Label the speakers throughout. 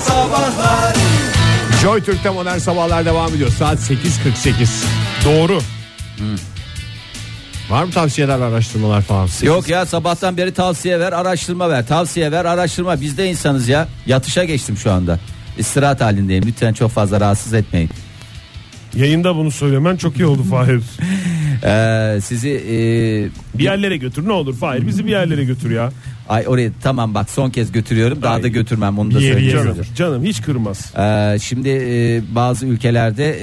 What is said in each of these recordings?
Speaker 1: Sabahlar
Speaker 2: Joy Türk'te modern sabahlar devam ediyor. Saat 8.48. Doğru. Var mı tavsiyeler, araştırmalar falan?
Speaker 3: Yok ya sabahtan beri tavsiye ver araştırma ver tavsiye ver araştırma biz de insanız ya yatışa geçtim şu anda istirahat halindeyim lütfen çok fazla rahatsız etmeyin
Speaker 4: Yayında bunu söylemen çok iyi oldu Fahir.
Speaker 3: Ee, sizi e,
Speaker 4: Bir yerlere götür ne olur Fahir bizi bir yerlere götür ya.
Speaker 3: ay oraya tamam bak son kez götürüyorum daha da götürmem onu da söyleyeyim.
Speaker 4: Canım, canım hiç kırmaz.
Speaker 3: Ee, şimdi e, bazı ülkelerde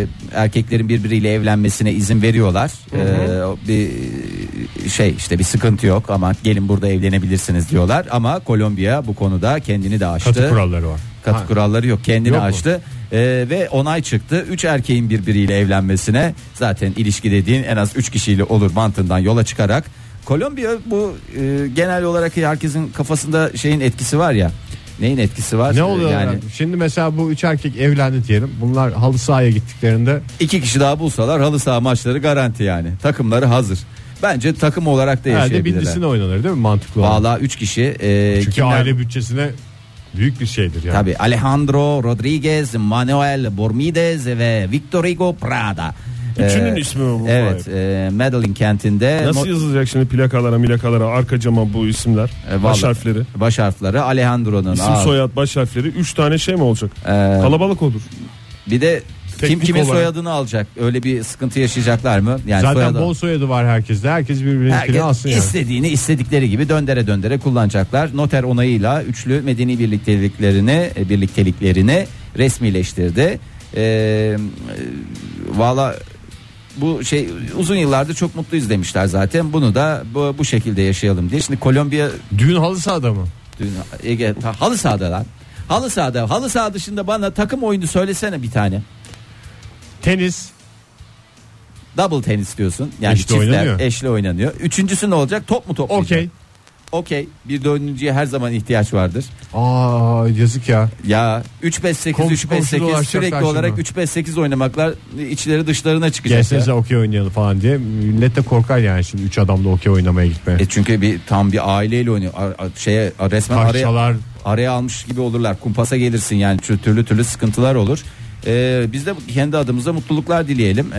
Speaker 3: e, erkeklerin birbiriyle evlenmesine izin veriyorlar. Ee, o bir şey işte bir sıkıntı yok ama gelin burada evlenebilirsiniz diyorlar ama Kolombiya bu konuda kendini de aştı.
Speaker 2: Katı kuralları var.
Speaker 3: Katı
Speaker 2: Ha.
Speaker 3: kuralları yok kendini
Speaker 2: Yok mu?
Speaker 3: açtı Ee, ve onay çıktı. Üç erkeğin birbiriyle evlenmesine zaten ilişki dediğin en az üç kişiyle olur mantığından yola çıkarak. Kolombiya bu e, genel olarak herkesin kafasında şeyin etkisi var ya. Neyin etkisi var?
Speaker 2: Ne
Speaker 3: Ee,
Speaker 2: oluyor
Speaker 3: yani?
Speaker 2: efendim? Şimdi mesela bu üç erkek evlendi diyelim. Bunlar halı sahaya gittiklerinde
Speaker 3: İki kişi daha bulsalar halı saha maçları garanti yani. Takımları hazır. Bence takım olarak da
Speaker 2: herhalde
Speaker 3: yaşayabilirler.
Speaker 2: bindisine oynanır değil mi mantıklı olan?
Speaker 3: Valla üç kişi. E,
Speaker 2: Çünkü
Speaker 3: kimler-
Speaker 2: aile bütçesine büyük bir şeydir yani.
Speaker 3: Tabii Alejandro Rodriguez, Manuel Bormides ve Victor Hugo Prada. E,
Speaker 4: Üçünün ismi mi bu?
Speaker 3: Evet,
Speaker 4: Vay.
Speaker 3: e, Medellin kentinde
Speaker 4: Nasıl
Speaker 3: not-
Speaker 4: yazılacak şimdi plakalara milakalara arka cama bu isimler
Speaker 3: E, vallahi.
Speaker 4: baş harfleri.
Speaker 3: baş harfleri Alejandro'nun.
Speaker 4: İsim
Speaker 3: ağ-
Speaker 4: soyad baş harfleri 3 tane şey mi olacak?
Speaker 3: e,
Speaker 4: Kalabalık olur.
Speaker 3: bir de kim
Speaker 4: Teknik
Speaker 3: kimin
Speaker 4: olarak.
Speaker 3: soyadını alacak? Öyle bir sıkıntı yaşayacaklar mı? Yani
Speaker 2: Zaten
Speaker 3: soyadı-
Speaker 2: bol soyadı var herkeste. Herkes
Speaker 3: Herkes
Speaker 2: birbirine alsın yani.
Speaker 3: istediğini istedikleri gibi döndere döndere kullanacaklar. Noter onayıyla üçlü medeni birlikteliklerini e, birlikteliklerini resmileştirdi. Ee, e, Valla bu şey uzun yıllardır çok mutluyuz demişler zaten. Bunu da bu, bu şekilde yaşayalım diye. Şimdi Kolombiya
Speaker 2: Düğün halı sahada mı?
Speaker 3: dün Ege ha- halı sahada lan. Halı sahada. Halı saha dışında bana takım oyunu söylesene bir tane.
Speaker 2: Tenis.
Speaker 3: Double tenis diyorsun. Yani
Speaker 2: Eşli
Speaker 3: çiftler
Speaker 2: oynanıyor.
Speaker 3: eşli oynanıyor. Üçüncüsü ne olacak? Top mu toplayacak?
Speaker 2: Okey.
Speaker 3: Okey. Bir dördüncüye her zaman ihtiyaç vardır.
Speaker 2: Aa yazık ya.
Speaker 3: Ya 3 5 8
Speaker 2: Komşu
Speaker 3: 3 5
Speaker 2: komşu
Speaker 3: 8
Speaker 2: dolaşacak
Speaker 3: sürekli
Speaker 2: karşında.
Speaker 3: olarak 3 5 8 oynamaklar içleri dışlarına çıkacak. ya.
Speaker 2: Gelsenize okey oynayalım falan diye. Millet de korkar yani şimdi üç adamla okey oynamaya gitmeye.
Speaker 3: E çünkü bir tam bir aileyle oynuyor. A- a- şeye a- resmen araya
Speaker 2: Parçalar
Speaker 3: araya almış gibi olurlar. Kumpasa gelirsin yani Tür- türlü türlü sıkıntılar olur. E, biz de kendi adımıza mutluluklar dileyelim. E,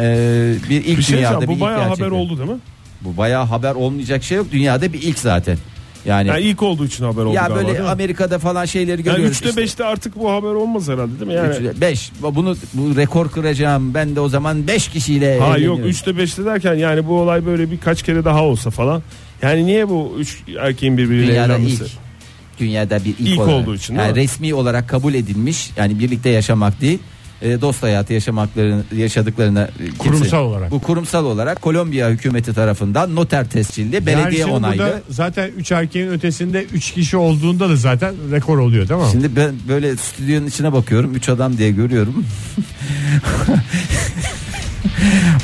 Speaker 3: bir ilk
Speaker 4: Bir şey
Speaker 3: dünyada
Speaker 4: diyeceğim,
Speaker 3: bir ilk
Speaker 4: bu bayağı haber
Speaker 3: gerçekten.
Speaker 4: oldu değil mi?
Speaker 3: Bu bayağı haber olmayacak şey yok. Dünyada bir ilk zaten. Yani
Speaker 4: Yani ilk olduğu için haber oldu
Speaker 3: ya
Speaker 4: galiba,
Speaker 3: böyle
Speaker 4: değil mi?
Speaker 3: Amerika'da falan şeyleri
Speaker 4: yani
Speaker 3: görüyoruz.
Speaker 4: 3'te 5'te artık bu haber olmaz herhalde değil mi? Yani
Speaker 3: 5 bunu bu rekor kıracağım ben de o zaman 5 kişiyle
Speaker 4: Ha yok
Speaker 3: evleniyorum.
Speaker 4: 3'te 5'te derken yani bu olay böyle birkaç kere daha olsa falan. Yani niye bu üç erkeğin birbiriyle
Speaker 3: dünyada
Speaker 4: evlenmesi?
Speaker 3: ilk dünyada bir ilk,
Speaker 4: İlk
Speaker 3: olarak.
Speaker 4: olduğu için, değil
Speaker 3: yani
Speaker 4: mi?
Speaker 3: resmi olarak kabul edilmiş yani birlikte yaşamak değil e, dost hayatı yaşamakların yaşadıklarına e, kimse-
Speaker 2: Kurumsal olarak.
Speaker 3: bu kurumsal olarak Kolombiya hükümeti tarafından noter tescilli
Speaker 2: Yani
Speaker 3: belediye
Speaker 2: şimdi
Speaker 3: onaylı
Speaker 2: burada zaten 3 erkeğin ötesinde 3 kişi olduğunda da zaten rekor oluyor değil mi?
Speaker 3: Şimdi ben böyle stüdyonun içine bakıyorum. Üç adam diye görüyorum.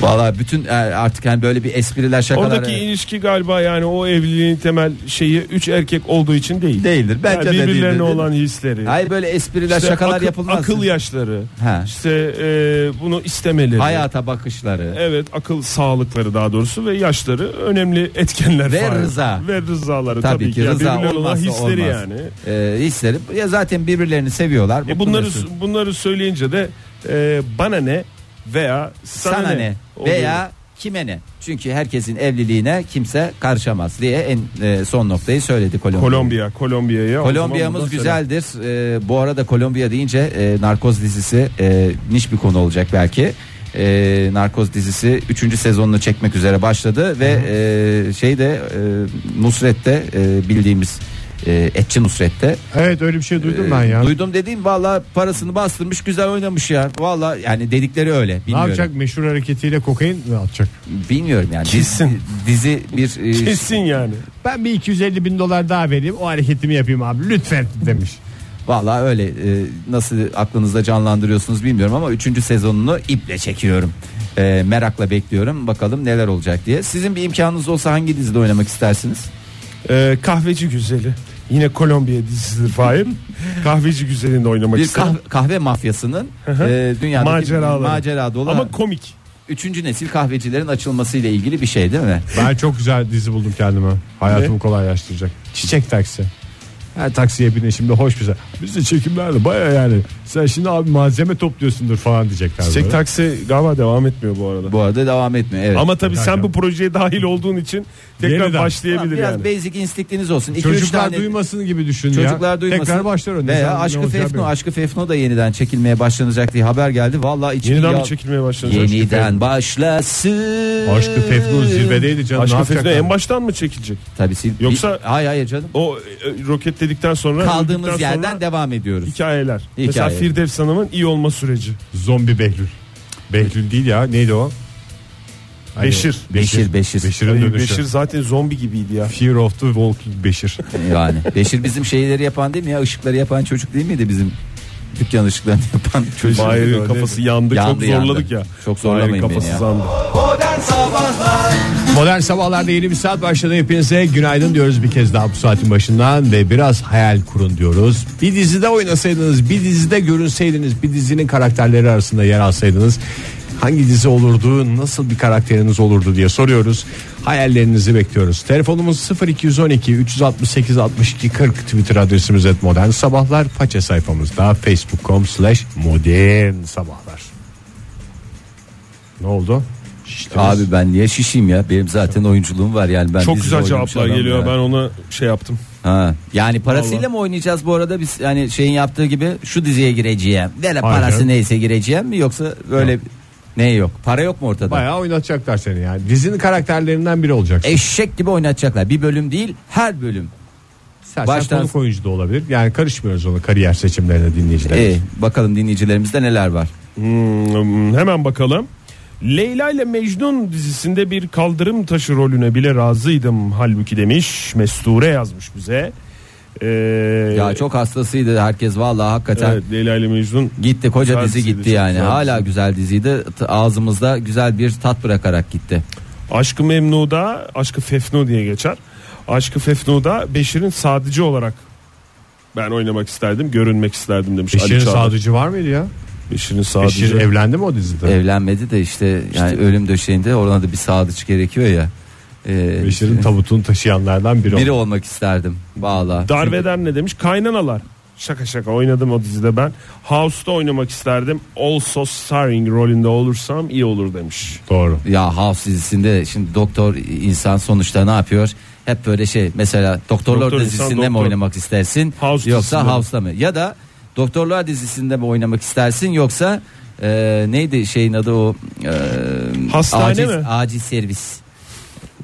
Speaker 3: Vallahi bütün e, artık yani böyle bir espriler şakalar.
Speaker 4: Oradaki ilişki galiba yani o evliliğin temel şeyi 3 erkek olduğu için değil.
Speaker 3: değildir.
Speaker 4: Yani
Speaker 3: Bence de değildir.
Speaker 4: birbirlerine
Speaker 3: değil mi?
Speaker 4: olan hisleri.
Speaker 3: Hayır böyle espriler
Speaker 4: işte
Speaker 3: şakalar
Speaker 4: akıl,
Speaker 3: yapılmaz.
Speaker 4: Akıl yaşları.
Speaker 3: Ha.
Speaker 4: İşte e, bunu istemeleri.
Speaker 3: Hayata bakışları.
Speaker 4: Evet akıl sağlıkları daha doğrusu ve yaşları önemli etkenler.
Speaker 3: Ve
Speaker 4: Fahir.
Speaker 3: rıza.
Speaker 4: Ve rızaları tabii,
Speaker 3: Tabii ki,
Speaker 4: Yani
Speaker 3: rıza
Speaker 4: birbirlerine olan
Speaker 3: olmazsa
Speaker 4: hisleri
Speaker 3: olmaz.
Speaker 4: yani.
Speaker 3: e, hisleri. Ya zaten birbirlerini seviyorlar.
Speaker 4: E
Speaker 3: mutlu
Speaker 4: bunları
Speaker 3: mesut.
Speaker 4: bunları söyleyince de e, bana ne veya sana,
Speaker 3: sana
Speaker 4: ne,
Speaker 3: ne
Speaker 4: oluyor.
Speaker 3: veya kime ne? Çünkü herkesin evliliğine kimse karışamaz diye en e, son noktayı söyledi Kolombiya.
Speaker 4: Kolombiya Kolombiya'ya o zaman
Speaker 3: Kolombiya'mız
Speaker 4: buradan
Speaker 3: güzeldir. Ee, bu arada Kolombiya deyince e, Narkoz dizisi e, niş bir konu olacak belki. E, Narkoz dizisi 3. sezonunu çekmek üzere başladı ve e, şeyde e, Nusret'te e, bildiğimiz e, Etçi Nusret'te
Speaker 2: Evet öyle bir şey duydum ben
Speaker 3: E,
Speaker 2: ya.
Speaker 3: duydum dediğim valla parasını bastırmış güzel oynamış ya valla yani dedikleri öyle
Speaker 2: ne
Speaker 3: bilmiyorum
Speaker 2: yapacak meşhur hareketiyle kokain mi atacak?
Speaker 3: bilmiyorum yani Diz-
Speaker 4: Kesin.
Speaker 3: dizi bir
Speaker 4: söyle.
Speaker 3: e,
Speaker 4: Kesin yani.
Speaker 2: Ben bir 250 bin dolar daha vereyim o hareketimi yapayım abi lütfen demiş.
Speaker 3: Valla öyle e, nasıl aklınızda canlandırıyorsunuz bilmiyorum ama 3. sezonunu iple çekiyorum. E, merakla bekliyorum bakalım neler olacak diye. Sizin bir imkanınız olsa hangi dizide oynamak istersiniz?
Speaker 4: E, kahveci güzeli. Yine Kolombiya dizisidir Fahir. kahveci güzelinde oynamak
Speaker 3: Bir
Speaker 4: istedim.
Speaker 3: kah- kahve mafyasının e, dünyadaki
Speaker 4: Maceraları.
Speaker 3: macera dolu
Speaker 4: Ama komik.
Speaker 3: 3. nesil kahvecilerin açılmasıyla ilgili bir şey değil mi?
Speaker 2: Ben çok güzel dizi buldum kendime. Hayatımı kolaylaştıracak. Çiçek taksi. Her taksiye binin şimdi hoş güzel. Biz de çekimlerle baya yani. Sen şimdi abi malzeme topluyorsundur falan diyecekler.
Speaker 4: Çiçek
Speaker 2: böyle.
Speaker 4: taksi galiba devam etmiyor bu arada.
Speaker 3: Bu arada devam etmiyor. Evet.
Speaker 4: Ama tabii sen
Speaker 2: Kanka.
Speaker 4: bu projeye dahil olduğun için tekrar
Speaker 2: Yeniden.
Speaker 4: başlayabilir
Speaker 3: biraz
Speaker 4: yani.
Speaker 3: basic instinktiniz olsun. İki, üç
Speaker 2: Çocuklar
Speaker 3: tane...
Speaker 2: duymasın gibi düşün ya.
Speaker 3: Çocuklar duymasın.
Speaker 2: Tekrar başlar önüne. Sen
Speaker 3: Veya
Speaker 2: ne
Speaker 3: Aşkı
Speaker 2: olacağı
Speaker 3: Fefno,
Speaker 2: bilmiyorum.
Speaker 3: Aşkı Fefno da yeniden çekilmeye başlanacak diye haber geldi. Vallahi içim
Speaker 4: Yeniden
Speaker 3: yal-
Speaker 4: mi çekilmeye başlanacak? Aşkı
Speaker 3: Yeniden başlasın.
Speaker 2: Aşkı Fefno zirvedeydi canım.
Speaker 4: Aşkı
Speaker 2: ne
Speaker 4: Fefne
Speaker 2: yapacaklar?
Speaker 4: en baştan mı çekilecek?
Speaker 3: Tabii sil-
Speaker 4: Yoksa-
Speaker 3: Bir- hayır hayır canım.
Speaker 4: O e, roketledikten sonra öldükten
Speaker 3: Kaldığımız
Speaker 4: sonra
Speaker 3: yerden devam ediyoruz.
Speaker 4: hikayeler. Mesela
Speaker 3: Hikayeler.
Speaker 4: Firdevs Hanım'ın iyi olma süreci.
Speaker 2: Zombi Behlül. Behlül değil ya neydi o? Hani-
Speaker 4: Beşir.
Speaker 3: Beşir, Beşir.
Speaker 2: Beşir'in
Speaker 4: Ay,
Speaker 2: dönüşü.
Speaker 4: Beşir zaten zombi gibiydi ya.
Speaker 2: Fear of the Walking Beşir.
Speaker 3: Yani Beşir bizim şeyleri yapan değil mi ya? Işıkları yapan çocuk değil miydi bizim? Dükkan ışıklarını yapan çocuk.
Speaker 4: Fahir'in kafası yandı,
Speaker 3: Yandı,
Speaker 4: çok zorladık
Speaker 3: yandı.
Speaker 4: ya.
Speaker 3: Çok zorlamayın
Speaker 4: Fahir'in
Speaker 3: beni
Speaker 4: kafası
Speaker 3: ya.
Speaker 4: Yandı.
Speaker 2: Modern sabahlarda yeni bir saat başladı. Hepinize günaydın diyoruz bir kez daha bu saatin başından ve biraz hayal kurun diyoruz. Bir dizide oynasaydınız, bir dizide görünseydiniz, bir dizinin karakterleri arasında yer alsaydınız hangi dizi olurdu, nasıl bir karakteriniz olurdu diye soruyoruz. Hayallerinizi bekliyoruz. Telefonumuz 0212 368 62 40 Twitter adresimiz et modern sabahlar. Faça sayfamızda facebook.com slash modern sabahlar. Ne oldu? Şiştiniz.
Speaker 3: Abi ben niye şişeyim ya? Benim zaten oyunculuğum var yani. Ben
Speaker 4: Çok
Speaker 3: dizide
Speaker 4: güzel
Speaker 3: oynamış
Speaker 4: cevaplar
Speaker 3: adamım
Speaker 4: geliyor.
Speaker 3: ya.
Speaker 4: Ben ona şey yaptım.
Speaker 3: Ha. Yani parasıyla
Speaker 4: Vallahi.
Speaker 3: mı oynayacağız bu arada biz yani şeyin yaptığı gibi şu diziye gireceğim. Vele
Speaker 2: Aynen.
Speaker 3: parası neyse gireceğim mi yoksa böyle ne yok? Para yok mu ortada?
Speaker 2: Bayağı oynatacaklar seni yani. Dizinin karakterlerinden biri olacaksın.
Speaker 3: Eşek gibi oynatacaklar. Bir bölüm değil, her bölüm.
Speaker 2: Sen
Speaker 3: baştan-
Speaker 2: konuk oyuncu da olabilir. Yani karışmıyoruz ona kariyer seçimlerine dinleyiciler.
Speaker 3: Ee, bakalım dinleyicilerimizde neler var.
Speaker 4: Hmm, hemen bakalım. Leyla ile Mecnun dizisinde bir kaldırım taşı rolüne bile razıydım halbuki demiş. Mesture yazmış bize. Ee,
Speaker 3: Ya çok hastasıydı herkes vallahi hakikaten.
Speaker 4: evet, Leyla ile Mecnun
Speaker 3: Gitti koca
Speaker 4: Güzel
Speaker 3: dizi
Speaker 4: diziydi,
Speaker 3: gitti
Speaker 4: çok
Speaker 3: yani.
Speaker 4: güzel
Speaker 3: Hala
Speaker 4: dizi.
Speaker 3: güzel diziydi. T- Ağzımızda güzel bir tat bırakarak gitti.
Speaker 4: Aşkı Memnu'da Aşkı Fefnu diye geçer. Aşkı Fefnu'da Beşir'in sadıcı olarak ben oynamak isterdim, görünmek isterdim demiş
Speaker 2: Beşir'in
Speaker 4: Ali Çağlar.
Speaker 2: sadıcı var mıydı ya?
Speaker 4: Beşir'in sadıcı.
Speaker 2: Beşir evlendi mi o dizide?
Speaker 3: Evlenmedi de işte yani ölüm döşeğinde orada da bir sadıç gerekiyor ya. Ee,
Speaker 2: Beşir'in tabutunu taşıyanlardan biri,
Speaker 3: biri
Speaker 2: oldu.
Speaker 3: olmak isterdim valla.
Speaker 4: Darveder ne demiş? Kaynanalar. Şaka şaka oynadım o dizide ben. House'da oynamak isterdim. Also starring rolünde olursam iyi olur demiş.
Speaker 2: Doğru.
Speaker 3: Ya House dizisinde şimdi doktor insan sonuçta ne yapıyor? Hep böyle şey mesela Doktorlar
Speaker 4: Doktor insan,
Speaker 3: dizisinde mi
Speaker 4: doktor.
Speaker 3: oynamak istersin
Speaker 4: House
Speaker 3: yoksa
Speaker 4: dizisinde.
Speaker 3: House'da mı? Ya da Doktorlar dizisinde mi oynamak istersin yoksa e, neydi şeyin adı o e,
Speaker 4: Hastane
Speaker 3: acil,
Speaker 4: mi?
Speaker 3: acil servis.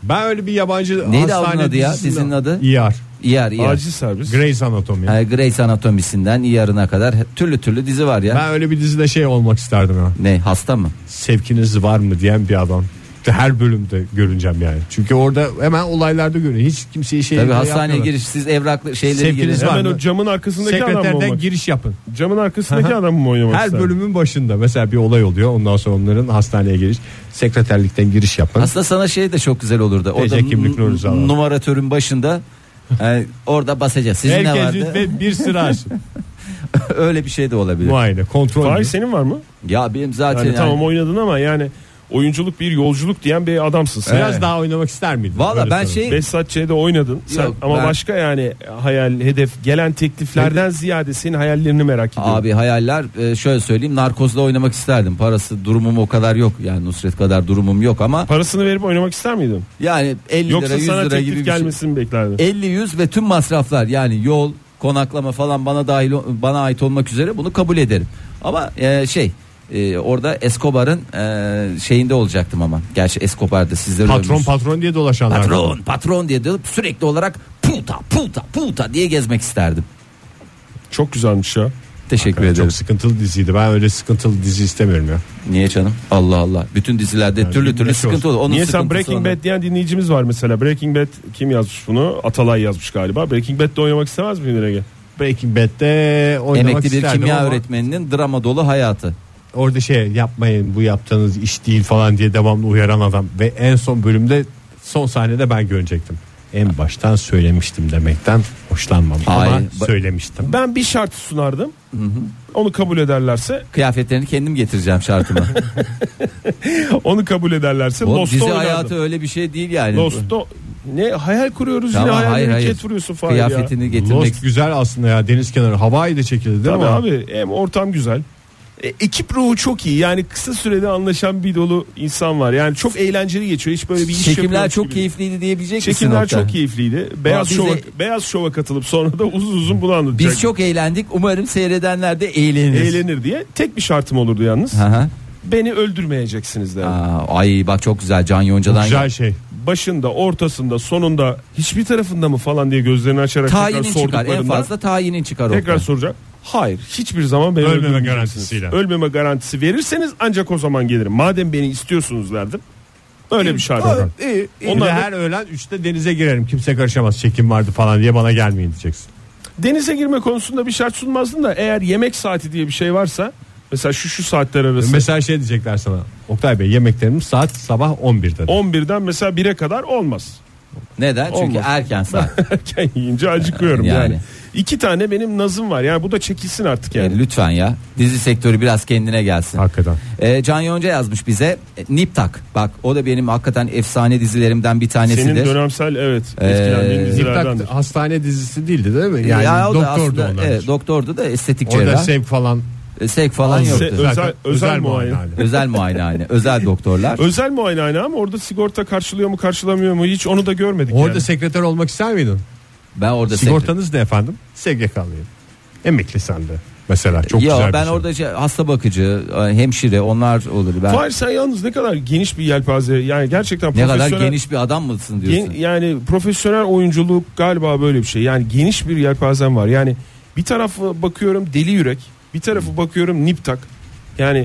Speaker 2: Ben öyle bir yabancı
Speaker 3: Neydi
Speaker 2: hastane
Speaker 3: onun adı ya?
Speaker 2: dizisinden-
Speaker 3: Dizinin adı?
Speaker 2: ER.
Speaker 3: ER, ER.
Speaker 4: Acil servis.
Speaker 2: Grey's Anatomy.
Speaker 3: Yani E, Grey's Anatomy'sinden ER'ına kadar türlü türlü dizi var ya.
Speaker 2: Ben öyle bir dizide şey olmak isterdim ya.
Speaker 3: Ne hasta mı?
Speaker 2: Sevkiniz var mı diyen bir adam. Her bölümde görüneceğim yani. Çünkü orada hemen olaylarda görünüyor. Hiç kimseye şey
Speaker 3: Tabii hastaneye
Speaker 2: yapmıyorlar.
Speaker 3: giriş siz evraklı şeyleri
Speaker 2: Sevginiz
Speaker 3: girin.
Speaker 2: var
Speaker 4: Hemen
Speaker 2: mı?
Speaker 4: o camın arkasındaki adam mı
Speaker 2: Sekreterden
Speaker 4: olmak?
Speaker 2: giriş yapın.
Speaker 4: Camın arkasındaki adam mı oynamak
Speaker 2: Her
Speaker 4: isterdim?
Speaker 2: bölümün başında mesela bir olay oluyor. Ondan sonra onların hastaneye giriş, sekreterlikten giriş yapın.
Speaker 3: Aslında sana şey de çok güzel olurdu. Orada
Speaker 2: TC kimlik
Speaker 3: n-
Speaker 2: numarası alalım.
Speaker 3: numaratörün başında yani orada basacağız. Sizin ne
Speaker 2: Herkes
Speaker 3: vardı?
Speaker 2: lütfen bir sıra açsın.
Speaker 3: Öyle bir şey de olabilir.
Speaker 2: Muayene, kontrol.
Speaker 4: Fahir
Speaker 2: mü?
Speaker 4: senin var mı?
Speaker 3: Ya benim zaten
Speaker 4: Yani
Speaker 3: yani,
Speaker 4: tamam oynadın ama yani oyunculuk bir yolculuk diyen bir adamsın sen.
Speaker 2: Biraz daha oynamak ister miydin?
Speaker 3: Valla
Speaker 2: Öyle
Speaker 3: ben
Speaker 2: sorayım.
Speaker 3: şey-
Speaker 4: Behzat Ç'de oynadın sen
Speaker 3: Yok,
Speaker 4: ama
Speaker 3: ben-
Speaker 4: başka yani hayal, hedef, gelen tekliflerden ziyade senin hayallerini merak ediyorum.
Speaker 3: abi hayaller e, şöyle söyleyeyim narkozla oynamak isterdim. Parası durumum o kadar yok. Yani Nusret kadar durumum yok ama
Speaker 4: Parasını verip oynamak ister miydin?
Speaker 3: yani 50
Speaker 4: Yoksa
Speaker 3: lira 100
Speaker 4: sana
Speaker 3: lira gibi
Speaker 4: teklif
Speaker 3: bir şey.
Speaker 4: gelmesini mi beklerdin?
Speaker 3: 50 100 ve tüm masraflar yani yol, konaklama falan bana dahil bana ait olmak üzere bunu kabul ederim. Ama e, şey e, orada Escobar'ın e, şeyinde olacaktım ama. Gerçi Escobar'da sizlere
Speaker 2: patron patron diye dolaşanlar.
Speaker 3: patron patron diye de sürekli olarak puta puta puta diye gezmek isterdim.
Speaker 4: Çok güzelmiş ya.
Speaker 3: Teşekkür
Speaker 2: Çok
Speaker 3: ederim.
Speaker 2: sıkıntılı diziydi. Ben öyle sıkıntılı dizi istemiyorum ya.
Speaker 3: Niye canım? Allah Allah. Bütün dizilerde türlü türlü
Speaker 2: bilmiyorum.
Speaker 3: sıkıntı olur. Onun
Speaker 4: Niye sen
Speaker 3: sıkıntısı
Speaker 4: Breaking
Speaker 3: olur.
Speaker 4: Bad diyen dinleyicimiz var mesela. Breaking Bad kim yazmış bunu? Atalay yazmış galiba. Breaking Bad'de oynamak istemez miydin Ege?
Speaker 2: Breaking Bad'de oynamak
Speaker 3: Emekli bir
Speaker 2: isterdim
Speaker 3: kimya
Speaker 2: ama
Speaker 3: öğretmeninin drama dolu hayatı.
Speaker 2: Orada şey yapmayın bu yaptığınız iş değil falan diye devamlı uyaran adam. Ve en son bölümde son sahnede ben görecektim. En baştan söylemiştim demekten hoşlanmam. Ama
Speaker 3: Ay, ba-
Speaker 2: söylemiştim.
Speaker 4: Ben bir şart sunardım. Onu kabul ederlerse,
Speaker 3: Kıyafetlerini kendim getireceğim şartıma.
Speaker 4: onu kabul ederlerse
Speaker 3: Oğlum,
Speaker 4: Lost'ta
Speaker 3: dizi
Speaker 4: oynardım.
Speaker 3: hayatı öyle bir şey değil yani.
Speaker 4: Lost'ta Ne hayal kuruyoruz
Speaker 3: Tamam,
Speaker 4: ne hayal
Speaker 3: hayır,
Speaker 4: hayır,
Speaker 3: hayır.
Speaker 4: vuruyorsun Fahir ya.
Speaker 3: Kıyafetini getirmek.
Speaker 2: Lost güzel aslında ya deniz kenarı havai de çekildi değil
Speaker 4: Tabii
Speaker 2: mi?
Speaker 4: abi hem ortam güzel. E, ekip ruhu çok iyi. Yani kısa sürede anlaşan bir dolu insan var. Yani çok eğlenceli geçiyor. Hiç böyle bir iş
Speaker 3: Çekimler
Speaker 4: yapıyormuş
Speaker 3: çok
Speaker 4: gibi.
Speaker 3: keyifliydi diyebilecek misin?
Speaker 4: Çekimler
Speaker 3: Oktay?
Speaker 4: çok keyifliydi. Beyaz
Speaker 3: biz
Speaker 4: şova
Speaker 3: de-
Speaker 4: beyaz şova katılıp sonra da uzun uzun bunu anlatacak.
Speaker 3: Biz çok eğlendik. Umarım seyredenler de eğlenir.
Speaker 4: eğlenir diye. Tek bir şartım olurdu yalnız.
Speaker 3: Hı hı.
Speaker 4: Beni öldürmeyeceksiniz derdi.
Speaker 3: Aa, ay bak çok güzel Can Yonca'dan.
Speaker 2: Güzel şey.
Speaker 4: Başında, ortasında, sonunda hiçbir tarafında mı falan diye gözlerini açarak tekrar
Speaker 3: Tayinin çıkar. En
Speaker 4: sorduklarında
Speaker 3: fazla tayinin çıkar
Speaker 4: tekrar
Speaker 3: Oktay.
Speaker 4: soracak. Hayır, hiçbir zaman beni
Speaker 2: Ölmeme
Speaker 4: öldürmeyeceksiniz.
Speaker 2: garantisiyle.
Speaker 4: Ölmeme garantisi verirseniz ancak o zaman gelirim. Madem beni istiyorsunuz derdim. Öyle bir şart. var.
Speaker 2: iyi, iyi.
Speaker 4: Onlar
Speaker 2: Bir de
Speaker 4: da-
Speaker 2: her öğlen 3'te denize girerim. Kimse karışamaz. Çekim vardı falan diye bana gelmeyin diyeceksin.
Speaker 4: Denize girme konusunda bir şart sunmazdın da eğer yemek saati diye bir şey varsa mesela şu şu saatler arası
Speaker 2: Mesela şey diyecekler sana. Oktay Bey yemeklerimiz saat sabah 11'de.
Speaker 4: 11'den mesela 1'e kadar olmaz.
Speaker 3: Neden? Çünkü
Speaker 4: Olmaz.
Speaker 3: erken saat.
Speaker 4: Erken yiyince acıkıyorum yani.
Speaker 3: Yani.
Speaker 4: İki tane benim nazım var. Yani bu da çekilsin artık yani.
Speaker 3: Yani lütfen ya. Dizi sektörü biraz kendine gelsin.
Speaker 2: Hakikaten.
Speaker 3: Ee, Can Yonca yazmış bize. E, Nip Tak. Bak o da benim hakikaten efsane dizilerimden bir tanesidir.
Speaker 4: Senin dönemsel evet etkilendiğin
Speaker 3: Ee,
Speaker 4: dizilerden.
Speaker 2: Ziptak hastane dizisi değildi değil mi? Yani
Speaker 3: Ya o da
Speaker 2: doktordu
Speaker 3: aslında-
Speaker 2: onlar.
Speaker 3: evet, doktordu da estetik
Speaker 2: Orada şey-
Speaker 3: cerrah.
Speaker 2: sevk falan Şey,
Speaker 3: E, Sevk falan
Speaker 2: Se-
Speaker 3: yoktu.
Speaker 4: Özel- özel muayene.
Speaker 3: özel muayenehane, özel doktorlar.
Speaker 4: Özel muayenehane ama orada sigorta karşılıyor mu karşılamıyor mu hiç onu da görmedik.
Speaker 2: Orada
Speaker 4: yani.
Speaker 2: sekreter olmak ister miydin?
Speaker 3: Ben orada sevdim.
Speaker 2: Sigortanız ne efendim? SGK'lıyım. Emekli sende. Mesela çok
Speaker 3: Ya
Speaker 2: güzel bir
Speaker 3: ben
Speaker 2: şey.
Speaker 3: orada şey, hasta bakıcı, e, hemşire onlar olur. Ben
Speaker 4: Fahir sen yalnız ne kadar geniş bir yelpaze yani gerçekten
Speaker 3: ne kadar
Speaker 4: profesyonel-
Speaker 3: geniş bir adam mısın diyorsun.
Speaker 4: Gen- yani profesyonel oyunculuk galiba böyle bir şey. Yani geniş bir yelpazem var. Yani bir tarafı bakıyorum deli yürek, bir tarafı bakıyorum niptak. Yani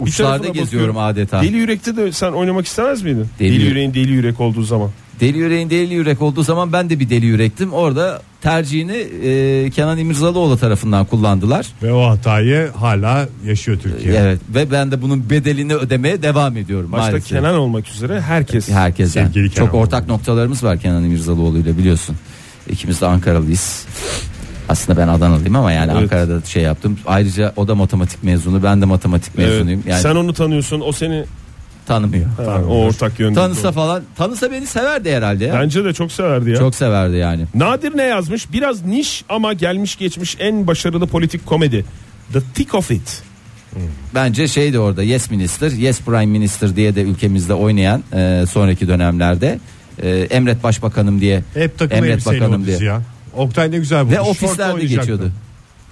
Speaker 4: bir
Speaker 3: Uçlarda
Speaker 4: tarafına
Speaker 3: geziyorum
Speaker 4: bakıyorum.
Speaker 3: adeta.
Speaker 4: Deli yürekte de sen oynamak istemez miydin? Deli,
Speaker 3: Deli-
Speaker 4: yüreğin deli yürek olduğu zaman.
Speaker 3: Deli yüreğin deli yürek olduğu zaman ben de bir deli yürektim. Orada tercihini e, Kenan İmirzalıoğlu tarafından kullandılar.
Speaker 2: Ve o hatayı hala yaşıyor Türkiye.
Speaker 3: Evet ve ben de bunun bedelini ödemeye devam ediyorum
Speaker 4: Başta
Speaker 3: maalesef.
Speaker 4: Kenan olmak üzere herkes.
Speaker 3: Herkesten.
Speaker 2: Sevgili Kenan
Speaker 3: Çok ortak noktalarımız var Kenan İmirzalıoğlu ile biliyorsun. İkimiz de Ankaralıyız. Aslında ben Adanalıyım ama yani
Speaker 4: Evet.
Speaker 3: Ankara'da şey yaptım. Ayrıca o da matematik mezunu, ben de matematik
Speaker 4: Evet.
Speaker 3: mezunuyum. Yani
Speaker 4: Sen onu tanıyorsun, o seni
Speaker 3: tanımıyor.
Speaker 4: Ha, o ortak yönde.
Speaker 3: Tanısa falan, tanısa beni severdi herhalde ya.
Speaker 4: Bence de çok severdi ya.
Speaker 3: Çok severdi yani.
Speaker 4: Nadir ne yazmış? Biraz niş ama gelmiş geçmiş en başarılı politik komedi. The Thick of It.
Speaker 3: Bence şey de orada Yes Minister, Yes Prime Minister diye de ülkemizde oynayan e, sonraki dönemlerde e, Emret Başbakanım diye
Speaker 2: Hep takım
Speaker 3: Emret
Speaker 2: elbiseyle
Speaker 3: Bakanım
Speaker 2: o dizi
Speaker 3: diye.
Speaker 2: ya. Oktay ne güzel bulmuş.
Speaker 3: ve
Speaker 2: Şortla
Speaker 3: ofislerde
Speaker 2: oynayacaktı.
Speaker 3: geçiyordu.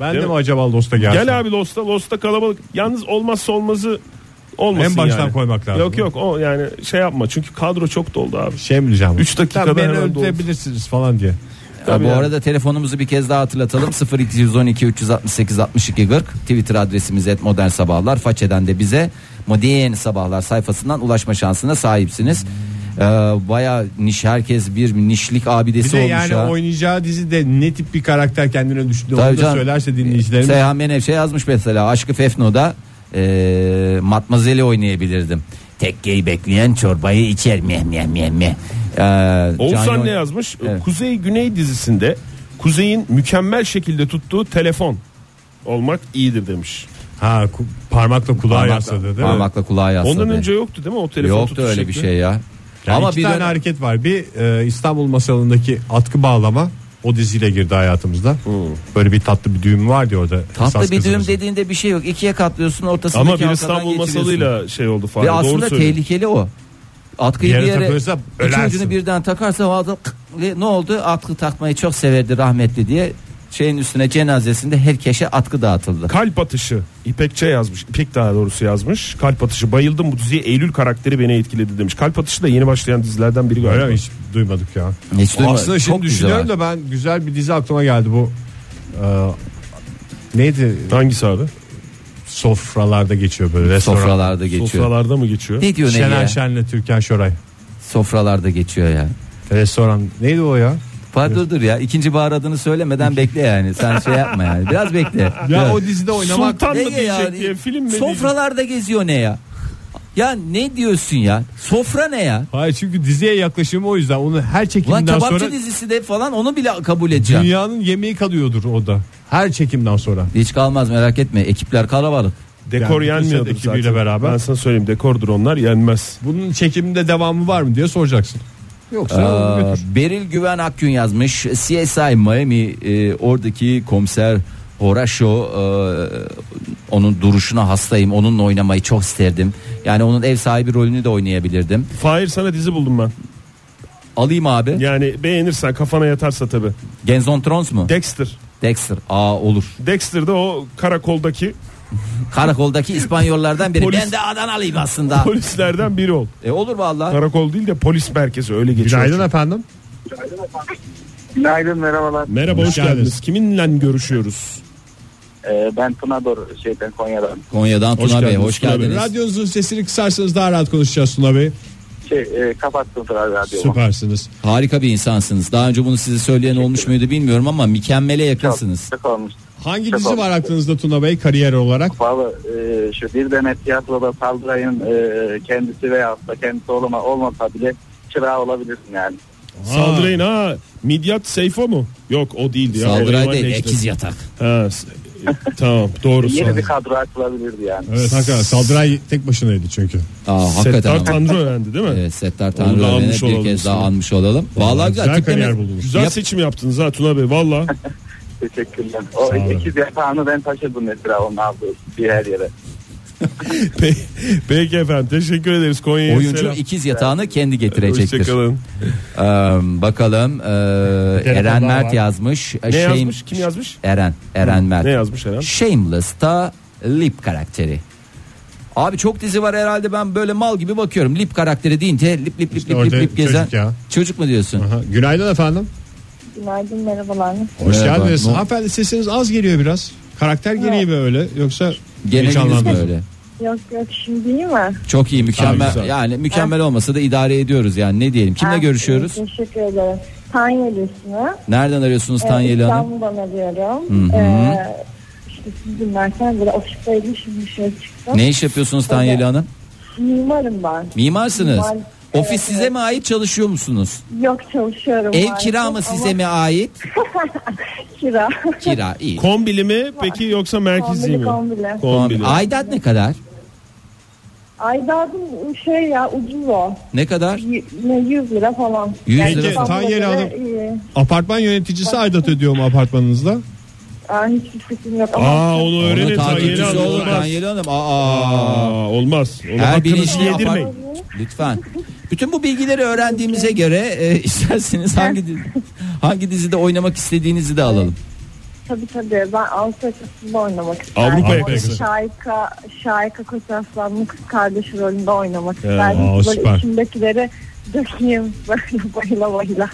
Speaker 2: Ben
Speaker 4: Değil
Speaker 2: de mi
Speaker 4: mi?
Speaker 2: acaba Lost'a gelsin?
Speaker 4: Gel abi Lost'a. Lost'a kalabalık. Yalnız olmazsa olmazı olmasın
Speaker 2: En baştan
Speaker 4: yani.
Speaker 2: koymak lazım.
Speaker 4: Yok yok o yani şey yapma. Çünkü kadro çok doldu abi.
Speaker 2: Şey mi diyeceğim?
Speaker 4: Üç dakikada
Speaker 2: Tam beni
Speaker 4: herhalde olur.
Speaker 2: öldürebilirsiniz falan diye.
Speaker 4: Tabii
Speaker 3: bu
Speaker 4: yani.
Speaker 3: arada telefonumuzu bir kez daha hatırlatalım 0212 368 62 40 Twitter adresimiz et modern sabahlar façeden de bize modern sabahlar sayfasından ulaşma şansına sahipsiniz. Ee, Baya niş herkes bir nişlik
Speaker 2: Bir
Speaker 3: abidesi
Speaker 2: de
Speaker 3: olmuş
Speaker 2: yani
Speaker 3: ha.
Speaker 2: oynayacağı dizide ne tip bir karakter kendine düşündüğü
Speaker 3: Tabii
Speaker 2: onu da
Speaker 3: canım.
Speaker 2: söylerse dinleyicilerimiz.
Speaker 3: Seyhan Menevşe yazmış mesela Aşkı Fefno'da e, Matmazel'i oynayabilirdim. Tekkeyi bekleyen çorbayı içer meh meh meh meh. Ee, Can
Speaker 4: Oğuzhan
Speaker 3: Yon-
Speaker 4: ne yazmış?
Speaker 3: Evet.
Speaker 4: Kuzey Güney dizisinde Kuzey'in mükemmel şekilde tuttuğu telefon olmak iyidir demiş.
Speaker 2: Ha ku- parmakla kulağa
Speaker 3: Parmakla-
Speaker 2: yasladı değil mi?
Speaker 3: Parmakla kulağa yasladı.
Speaker 4: Ondan önce yoktu değil mi o telefon
Speaker 3: Yoktu
Speaker 4: tutuş
Speaker 3: öyle bir
Speaker 4: şekli?
Speaker 3: şey ya.
Speaker 2: Yani
Speaker 3: Ama
Speaker 2: iki
Speaker 3: bir
Speaker 2: tane
Speaker 3: dönem-
Speaker 2: hareket var. Bir e, İstanbul masalındaki atkı bağlama o diziyle girdi hayatımızda. Böyle bir tatlı bir düğüm var diyor orada. esas
Speaker 3: tatlı bir düğüm
Speaker 2: kızımızın.
Speaker 3: dediğinde bir şey yok. İkiye katlıyorsun ortasındaki
Speaker 4: Ama bir
Speaker 3: halkadan
Speaker 4: İstanbul
Speaker 3: geçiriyorsun.
Speaker 4: masalıyla şey oldu falan.
Speaker 3: Ve
Speaker 4: Doğru
Speaker 3: aslında
Speaker 4: söylüyorsun.
Speaker 3: tehlikeli o. Atkıyı
Speaker 2: Bir
Speaker 3: bir
Speaker 2: yere
Speaker 3: yere,
Speaker 2: takıyorsa
Speaker 3: iki
Speaker 2: ölersin.
Speaker 3: ucunu birden takarsa o adam kık diye, ne oldu? Atkı takmayı çok severdi rahmetli diye şeyin üstüne cenazesinde herkese atkı dağıtıldı.
Speaker 4: Kalp atışı İpekçe yazmış. İpek daha doğrusu yazmış. Kalp atışı bayıldım bu diziye Eylül karakteri beni etkiledi demiş. Kalp atışı da yeni başlayan dizilerden biri galiba.
Speaker 2: Öyle mi? Hiç duymadık ya.
Speaker 3: Hiç duymadım.
Speaker 2: Aslında şimdi
Speaker 3: Çok güzel.
Speaker 2: düşünüyorum da ben güzel bir dizi aklıma geldi bu. e, neydi?
Speaker 4: Hangisi abi?
Speaker 2: Sofralarda geçiyor böyle restoran.
Speaker 3: Sofralarda geçiyor.
Speaker 4: Sofralarda mı geçiyor?
Speaker 3: Ne diyor ne
Speaker 2: Şener
Speaker 3: ya?
Speaker 2: Şen'le Türkan Şoray.
Speaker 3: Sofralarda geçiyor ya.
Speaker 2: Restoran neydi o ya?
Speaker 3: Fa- Dur dur ya ikinci bahar adını söylemeden bekle yani sen şey yapma yani biraz bekle.
Speaker 2: Ya
Speaker 3: Biraz-
Speaker 2: o dizide oynamak
Speaker 4: Sultan mı
Speaker 3: Ne ya
Speaker 4: diyecek
Speaker 3: yani?
Speaker 4: diye film mi diyecek?
Speaker 3: Sofralarda geziyor ne ya? Ya ne diyorsun ya? Sofra ne ya?
Speaker 2: Hayır çünkü diziye yaklaşımı o yüzden onu her
Speaker 3: Ulan
Speaker 2: çekimden
Speaker 3: kebapçı
Speaker 2: sonra
Speaker 3: dizisi de falan onu bile kabul edeceğim.
Speaker 2: dünyanın yemeği kalıyordur o da. Her çekimden sonra.
Speaker 3: Hiç kalmaz merak etme. Ekipler kalabalık.
Speaker 4: Dekor
Speaker 2: Yani bütün
Speaker 4: yenmiyordur
Speaker 2: set
Speaker 4: zaten.
Speaker 2: ekibiyle beraber.
Speaker 4: Ben sana söyleyeyim dekordur onlar yenmez.
Speaker 2: Bunun çekiminde devamı var mı diye soracaksın. Yoksa
Speaker 3: Aa,
Speaker 2: götür.
Speaker 3: Beril Güven Akgün yazmış. CSI Miami e, oradaki komiser Horacio e, onun duruşuna hastayım. Onunla oynamayı çok isterdim. Yani onun ev sahibi rolünü de oynayabilirdim.
Speaker 4: Fahir sana dizi buldum ben.
Speaker 3: Alayım abi.
Speaker 4: Yani beğenirsen kafana yatarsa tabi.
Speaker 3: Genzon Trons mu?
Speaker 4: Dexter.
Speaker 3: Dexter. Aa olur.
Speaker 4: Dexter'da o karakoldaki
Speaker 3: Karakoldaki İspanyollardan biri.
Speaker 4: Polis-
Speaker 3: Ben de Adanalıyım aslında.
Speaker 4: polislerden biri ol.
Speaker 3: E, olur valla.
Speaker 4: Karakol değil de polis merkezi öyle geçiyor.
Speaker 2: Günaydın efendim.
Speaker 1: Günaydın merhabalar.
Speaker 4: Merhaba hoş
Speaker 2: Hoş geldiniz.
Speaker 4: geldiniz. Kiminle görüşüyoruz?
Speaker 1: Ee, ben Tunador şeyden Konya'dan.
Speaker 3: Konya'dan
Speaker 4: Hoş
Speaker 3: Tuna Bey
Speaker 4: geldiniz,
Speaker 3: hoş
Speaker 4: Tuna Bey.
Speaker 3: geldiniz.
Speaker 2: Radyonuzun sesini kısarsanız daha rahat konuşacağız Tuna Bey.
Speaker 1: Şey e, kapattılar radyomu.
Speaker 2: Süpersiniz.
Speaker 3: Harika bir insansınız. Daha önce bunu size söyleyen olmuş muydu bilmiyorum ama mükemmele yakınsınız.
Speaker 1: Çok olmuş.
Speaker 2: Hangi
Speaker 1: Çok
Speaker 2: dizi var
Speaker 1: olmuş.
Speaker 2: aklınızda Tuna Bey kariyer olarak?
Speaker 1: Valla e, şu bir demet tiyatroda Saldray'ın e, kendisi veya da kendisi olma, olmasa bile çırağı olabilirsin yani.
Speaker 4: Saldırayın ha. Midyat Seyfo mu? Yok o değildi ya. O
Speaker 3: Saldıray
Speaker 4: Eyvah
Speaker 3: değil
Speaker 4: Necdet.
Speaker 3: ekiz yatak.
Speaker 4: Ha, s- tamam doğru
Speaker 1: Yeni bir
Speaker 4: saldırı.
Speaker 1: kadro açılabilirdi yani.
Speaker 2: Evet hakikaten Saldıray tek başınaydı çünkü.
Speaker 3: Aa, hakikaten
Speaker 4: Settar
Speaker 3: ama.
Speaker 4: Tanrı öğrendi değil mi?
Speaker 3: Evet, Settar
Speaker 4: Onu da
Speaker 3: Tanrı
Speaker 4: almış
Speaker 3: bir
Speaker 4: olalım
Speaker 3: kez daha
Speaker 4: sana.
Speaker 3: anmış olalım. Vallahi
Speaker 2: güzel
Speaker 3: tipleme-
Speaker 2: kariyer buldunuz.
Speaker 4: Güzel
Speaker 3: Yap-
Speaker 4: seçim yaptınız ha Tuna Bey valla.
Speaker 1: Teşekkürler. O
Speaker 2: olun.
Speaker 1: ikiz yatağını ben taşırdım Esra onun aldığı bir her yere.
Speaker 4: Pe- Peki efendim teşekkür ederiz Konya'ya
Speaker 3: Oyuncu
Speaker 4: selam.
Speaker 3: ikiz yatağını kendi getirecektir.
Speaker 4: Hoşçakalın.
Speaker 3: Ee, bakalım ee, Eren Mert yazmış.
Speaker 4: Ne yazmış? Kim yazmış?
Speaker 3: Eren. Eren Mert.
Speaker 4: Ne yazmış Eren?
Speaker 3: Shameless'ta Lip karakteri. Abi çok dizi var herhalde ben böyle mal gibi bakıyorum. Lip karakteri deyince lip lip lip lip lip,
Speaker 2: orada
Speaker 3: lip gezen.
Speaker 2: çocuk ya.
Speaker 3: Çocuk mu diyorsun?
Speaker 2: Aha, günaydın efendim.
Speaker 5: Günaydın merhabalar.
Speaker 2: Hoş
Speaker 3: Merhaba,
Speaker 2: geldiniz.
Speaker 3: ne-
Speaker 2: Hanımefendi sesiniz az geliyor biraz. Karakter gereği mi öyle yoksa
Speaker 3: Geneliniz
Speaker 2: heyecanlandınız mı?
Speaker 3: böyle.
Speaker 5: Yok yok şimdi iyi mi?
Speaker 3: Çok iyi
Speaker 2: Aa,
Speaker 3: mükemmel
Speaker 2: güzel.
Speaker 3: yani mükemmel olmasa da idare ediyoruz yani ne diyelim. Kimle
Speaker 5: Ah,
Speaker 3: görüşüyoruz?
Speaker 5: iyi, Teşekkür ederim. Tanyeli ismi.
Speaker 3: Nereden arıyorsunuz
Speaker 5: Ee,
Speaker 3: Tanyeli Hanım?
Speaker 5: İstanbul'dan arıyorum.
Speaker 3: Hı hı.
Speaker 5: Ee, işte siz dinlerken böyle ofisteydim şimdi dışarı çıktım.
Speaker 3: Ne iş yapıyorsunuz Tanyeli
Speaker 5: Evet.
Speaker 3: Hanım?
Speaker 5: Mimarım ben.
Speaker 3: Mimarsınız.
Speaker 5: Mimar, evet,
Speaker 3: Ofis
Speaker 5: evet.
Speaker 3: size mi ait çalışıyor musunuz?
Speaker 5: Yok çalışıyorum.
Speaker 3: Ev
Speaker 5: maalesef
Speaker 3: kira mı
Speaker 5: ama
Speaker 3: size mi ait?
Speaker 5: Kira.
Speaker 3: Kira iyi.
Speaker 4: Kombili mi peki yoksa merkezi
Speaker 5: Kombili
Speaker 4: mi?
Speaker 5: kombili.
Speaker 4: Kombili.
Speaker 3: Aidat ne kadar?
Speaker 5: Aydardım şey ya ucuz o.
Speaker 3: Ne kadar?
Speaker 5: Y- ne, 100 lira falan.
Speaker 3: 100 lira.
Speaker 5: İstanbul'a
Speaker 2: Tanyeli
Speaker 5: göre
Speaker 2: Hanım-
Speaker 5: iyi.
Speaker 2: Apartman yöneticisi aidat ödüyor mu apartmanınızda?
Speaker 5: Aa, hiçbir fikrim yok. ama-
Speaker 4: Aa onu öğrenin
Speaker 3: Onu
Speaker 4: Tanyeli
Speaker 3: takipçisi
Speaker 4: Hanım.
Speaker 3: olur
Speaker 4: Olmaz.
Speaker 3: Tanyeli Hanım. Aa.
Speaker 4: Aa, olmaz. Onu
Speaker 3: Her şey
Speaker 4: hakkınızı
Speaker 3: bilinçli
Speaker 4: yedirmeyin.
Speaker 3: apar- Lütfen. Bütün bu bilgileri öğrendiğimize göre e, isterseniz hangi dizi, hangi dizide oynamak istediğinizi de alalım.
Speaker 5: Tabii tabii ben Avrupa yakasında oynamak isterdim.
Speaker 4: Avrupa
Speaker 5: Orada
Speaker 4: yakası.
Speaker 5: Şahika, Şahika Koçaslan'ın kız kardeşi rolünde oynamak isterdim.
Speaker 2: aa,
Speaker 5: Böyle
Speaker 2: süper.
Speaker 5: içimdekileri dökeyim böyle bayıla bayıla.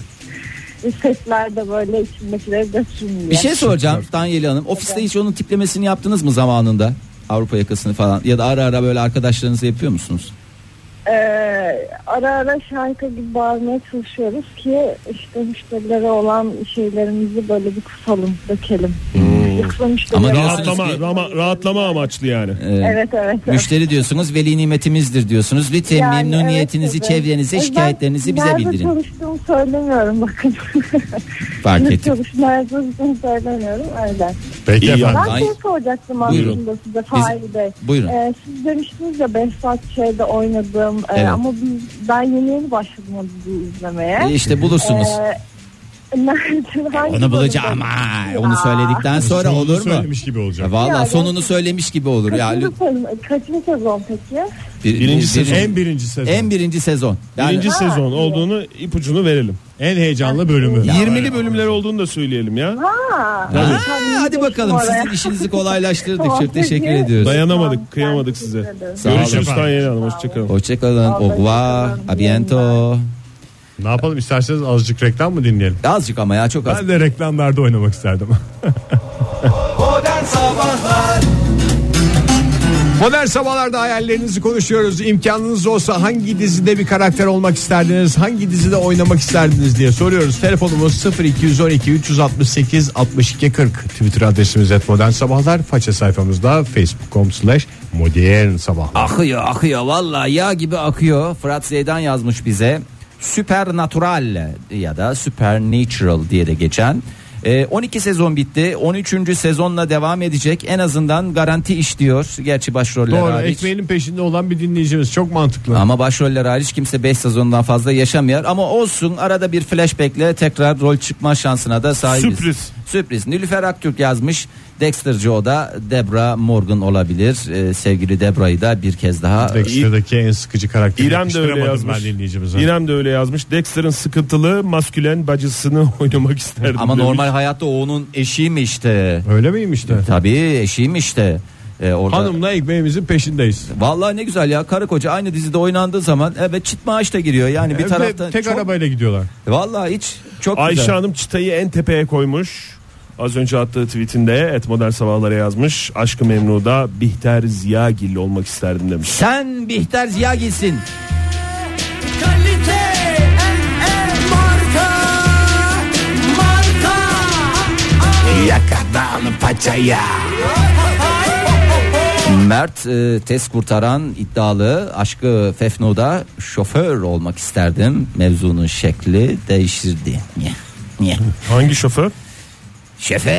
Speaker 5: Ve Setlerde böyle içimdekileri dökeyim diye.
Speaker 3: Bir şey soracağım Tanyeli Hanım. Ofiste hiç onun tiplemesini yaptınız mı zamanında? Avrupa yakasını falan ya da ara ara böyle arkadaşlarınızla yapıyor musunuz?
Speaker 5: Ee, ara ara Şahika gibi bağırmaya çalışıyoruz ki işte müşterilere olan şeylerimizi böyle bir kısalım, dökelim. Yoksa müşteriler-
Speaker 3: Ama diyorsunuz
Speaker 4: Rahatlama,
Speaker 3: ki-
Speaker 4: rama- rahatlama amaçlı yani.
Speaker 3: Ee,
Speaker 5: Evet evet. evet.
Speaker 3: Müşteri diyorsunuz veli nimetimizdir diyorsunuz. Lütfen
Speaker 5: Yani
Speaker 3: memnuniyetinizi,
Speaker 5: evet tabii.
Speaker 3: çevrenizi,
Speaker 5: E ben
Speaker 3: şikayetlerinizi bize
Speaker 5: Nerede
Speaker 3: bildirin.
Speaker 5: çalıştığımı söylemiyorum bakın.
Speaker 3: Fark
Speaker 5: Nerede
Speaker 3: ettim.
Speaker 5: çalıştığımı, nerede çalıştığımı söylemiyorum öyle.
Speaker 2: Peki
Speaker 4: İyi
Speaker 2: efendim.
Speaker 5: Ben
Speaker 3: Ay.
Speaker 5: şey soracaktım
Speaker 3: Buyurun.
Speaker 5: aslında size Fahri Bey.
Speaker 3: Buyurun.
Speaker 5: Ee, siz demiştiniz ya 5 saat şeyde oynadım Ee,
Speaker 3: Evet.
Speaker 5: ama biz, ben yeni yeni başladım o diziyi izlemeye.
Speaker 3: Ee, işte bulursunuz.
Speaker 5: Ee, nerede, hangi
Speaker 3: onu bulacağım.
Speaker 5: bölümde?
Speaker 3: Aa,
Speaker 5: Ya.
Speaker 3: onu söyledikten sonra
Speaker 2: Sonunu
Speaker 3: olur mu?
Speaker 2: Söylemiş gibi olacak.
Speaker 3: Valla
Speaker 5: Ya,
Speaker 3: sonunu söylemiş gibi olur. Ya,
Speaker 5: Kaçıncı,
Speaker 3: lü-
Speaker 5: sezon, kaçıncı sezon peki?
Speaker 3: bir-
Speaker 4: Birinci
Speaker 3: bir-
Speaker 4: sezon.
Speaker 2: En birinci sezon.
Speaker 3: En birinci sezon. Yani
Speaker 4: Birinci
Speaker 5: Ha,
Speaker 4: sezon
Speaker 5: iyi.
Speaker 4: olduğunu ipucunu verelim.
Speaker 2: En heyecanlı bölümü.
Speaker 4: 20'li bölümler olduğunu da söyleyelim ya.
Speaker 5: Ha,
Speaker 3: Ha,
Speaker 5: Tabii,
Speaker 3: hadi bakalım
Speaker 5: oraya.
Speaker 3: sizin işinizi kolaylaştırdık.
Speaker 5: Tamam,
Speaker 3: Çok teşekkür
Speaker 5: peki.
Speaker 3: ediyoruz.
Speaker 4: Dayanamadık,
Speaker 5: Tamam,
Speaker 4: kıyamadık
Speaker 5: ben
Speaker 4: size.
Speaker 5: teşekkür ederim.
Speaker 3: Sağ olun.
Speaker 4: Görüşürüz
Speaker 2: efendim.
Speaker 4: Tanyeli Hanım. Hoşçakalın.
Speaker 3: Hoşçakalın. Au revoir. A bientôt.
Speaker 2: Ne yapalım isterseniz azıcık reklam mı dinleyelim?
Speaker 3: Azıcık ama ya çok az.
Speaker 2: Ben de reklamlarda oynamak isterdim. Modern Sabahlar'da hayallerinizi konuşuyoruz. İmkanınız olsa hangi dizide bir karakter olmak isterdiniz? Hangi dizide oynamak isterdiniz diye soruyoruz. Telefonumuz 0212 368 62 40. Twitter adresimiz et Modern Sabahlar. Faça sayfamızda facebook.com slash modern sabahlar.
Speaker 3: Akıyor akıyor vallahi yağ gibi akıyor. Fırat Zeydan yazmış bize. Supernatural ya da Supernatural diye de geçen Ee, 12 sezon bitti. 13. sezonla devam edecek. En azından garanti iş diyor. Gerçi başroller
Speaker 2: Doğru
Speaker 3: hariç.
Speaker 2: ekmeğinin peşinde olan bir dinleyicimiz çok mantıklı.
Speaker 3: Ama başroller hariç kimse 5 sezondan fazla yaşamıyor. Ama olsun arada bir flashbackle tekrar rol çıkma şansına da sahibiz.
Speaker 4: Sürpriz.
Speaker 3: Sürpriz. Nilüfer Aktürk yazmış. Dexter Joe da Debra Morgan olabilir. Ee, sevgili Debra'yı da bir kez daha
Speaker 2: Dexter'daki en sıkıcı karakteri
Speaker 4: İrem de öyle
Speaker 2: yakıştıramadım
Speaker 4: yazmış.
Speaker 2: ben dinleyicimize.
Speaker 4: İrem de öyle yazmış. Dexter'ın sıkıntılı maskülen bacısını oynamak isterdim.
Speaker 3: ama
Speaker 4: demiş.
Speaker 3: normal hayatta o onun eşiyim işte.
Speaker 2: Öyle miymiş de?
Speaker 3: Tabii eşiyim işte. Ee, orada...
Speaker 2: Hanımla ekmeğimizin peşindeyiz.
Speaker 3: Vallahi ne güzel ya karı koca aynı dizide oynandığı zaman evet çit maaş da giriyor. Yani bir
Speaker 2: Hem de
Speaker 3: taraftan
Speaker 2: tek
Speaker 3: çok-
Speaker 2: arabayla gidiyorlar.
Speaker 3: Vallahi hiç çok
Speaker 4: Ayşe
Speaker 3: güzel.
Speaker 4: Hanım çıtayı en tepeye koymuş. Az önce attığı tweetinde et model sabahlara yazmış. Aşkı Memnu'da Bihter Ziyagil olmak isterdim demiş.
Speaker 3: Sen Bihter Ziya gitsin.
Speaker 6: Kalite en marka marka
Speaker 7: Yakadan paçaya
Speaker 3: Mert e, test kurtaran iddialı aşkı Fefno'da şoför olmak isterdim. Mevzunun şekli değişirdi. Niye? Niye?
Speaker 4: Hangi şoför?
Speaker 3: şoför.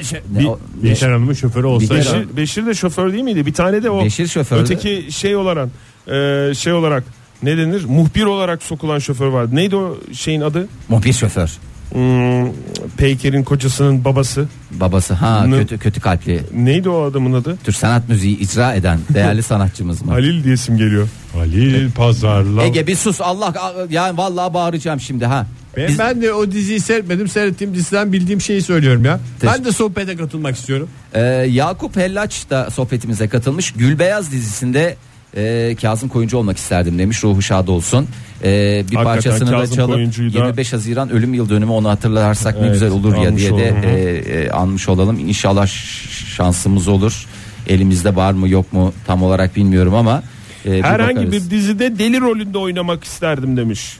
Speaker 3: şö- Ne o- ne-
Speaker 2: Yeşen Hanım'ın şoförü olsa.
Speaker 3: Bihter-
Speaker 4: Beşir, Beşir de şoför değil miydi? Bir tane de o.
Speaker 3: Beşir şofördü.
Speaker 4: Öteki şey olarak e, şey olarak ne denir? Muhbir olarak sokulan şoför vardı. Neydi o şeyin adı?
Speaker 3: Mobil şoför.
Speaker 4: Hmm, Peyker'in kocasının babası.
Speaker 3: Babası ha
Speaker 4: Ne-
Speaker 3: kötü kötü kalpli.
Speaker 4: Neydi o adamın adı?
Speaker 3: Türk sanat müziği icra eden değerli sanatçımız mı?
Speaker 4: Halil diyesim geliyor.
Speaker 2: Halil Pazarla.
Speaker 3: Ege bir sus Allah yani vallahi bağıracağım şimdi ha.
Speaker 2: Ben,
Speaker 3: Biz-
Speaker 2: ben de o diziyi seyretmedim. Seyrettiğim diziden bildiğim şeyi söylüyorum ya. Ben de sohbete katılmak istiyorum.
Speaker 3: Ee, Yakup Hellaç da sohbetimize katılmış. Gülbeyaz dizisinde e, Kazım Koyuncu olmak isterdim demiş. Ruhu şad olsun. Ee, bir
Speaker 4: Hakikaten
Speaker 3: parçasını
Speaker 4: Kazım
Speaker 3: da çalıp
Speaker 4: Koyuncu'yu da-
Speaker 3: 25 Haziran ölüm yıl dönümü onu hatırlarsak ne
Speaker 4: Evet,
Speaker 3: güzel olur ya
Speaker 4: anmış
Speaker 3: diye de
Speaker 4: olalım.
Speaker 3: e, e, anmış olalım. İnşallah ş- şansımız olur. Elimizde var mı yok mu tam olarak bilmiyorum ama e, bir
Speaker 4: Herhangi
Speaker 3: bakarız.
Speaker 4: bir dizide deli rolünde oynamak isterdim demiş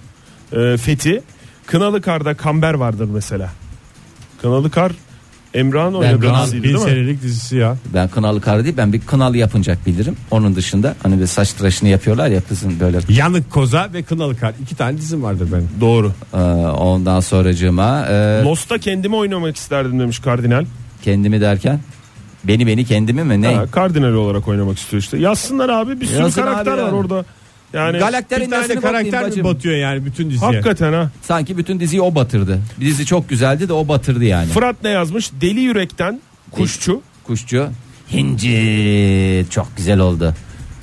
Speaker 4: e, Fethi. Kınalı Kar'da Kamber vardır mesela. Kınalı Kar Emrah'ın oynadığı
Speaker 3: Kınalı
Speaker 4: diziydi
Speaker 2: Bin
Speaker 4: değil mi?
Speaker 2: senelik dizisi ya.
Speaker 3: ben kınalı karı değil ben bir kınalı yapıncak bilirim. Onun dışında hani bir saç tıraşını yapıyorlar ya kızın böyle
Speaker 2: Yanık Koza ve Kınalı Kar. İki tane dizim vardır benim.
Speaker 4: Doğru.
Speaker 3: e, ondan sonracığıma e,
Speaker 4: Lost'ta kendimi oynamak isterdim demiş Kardinal.
Speaker 3: Kendimi derken beni beni kendimi mi ne?
Speaker 4: Ha, kardinal olarak oynamak istiyor işte. Yazsınlar abi bir sürü
Speaker 3: Yazsın
Speaker 4: karakter
Speaker 3: abi
Speaker 4: var
Speaker 3: yani.
Speaker 4: orada. Yani
Speaker 3: Galakterin
Speaker 2: Bir tane
Speaker 3: nesini bakayım
Speaker 2: karakter mi
Speaker 3: bacım?
Speaker 2: batıyor yani bütün diziye?
Speaker 4: hakikaten ha.
Speaker 3: Sanki bütün diziyi o batırdı. Dizi çok güzeldi de o batırdı yani.
Speaker 4: Fırat ne yazmış? Deli yürekten kuşçu.
Speaker 3: Kuşçu. Hinci çok güzel oldu.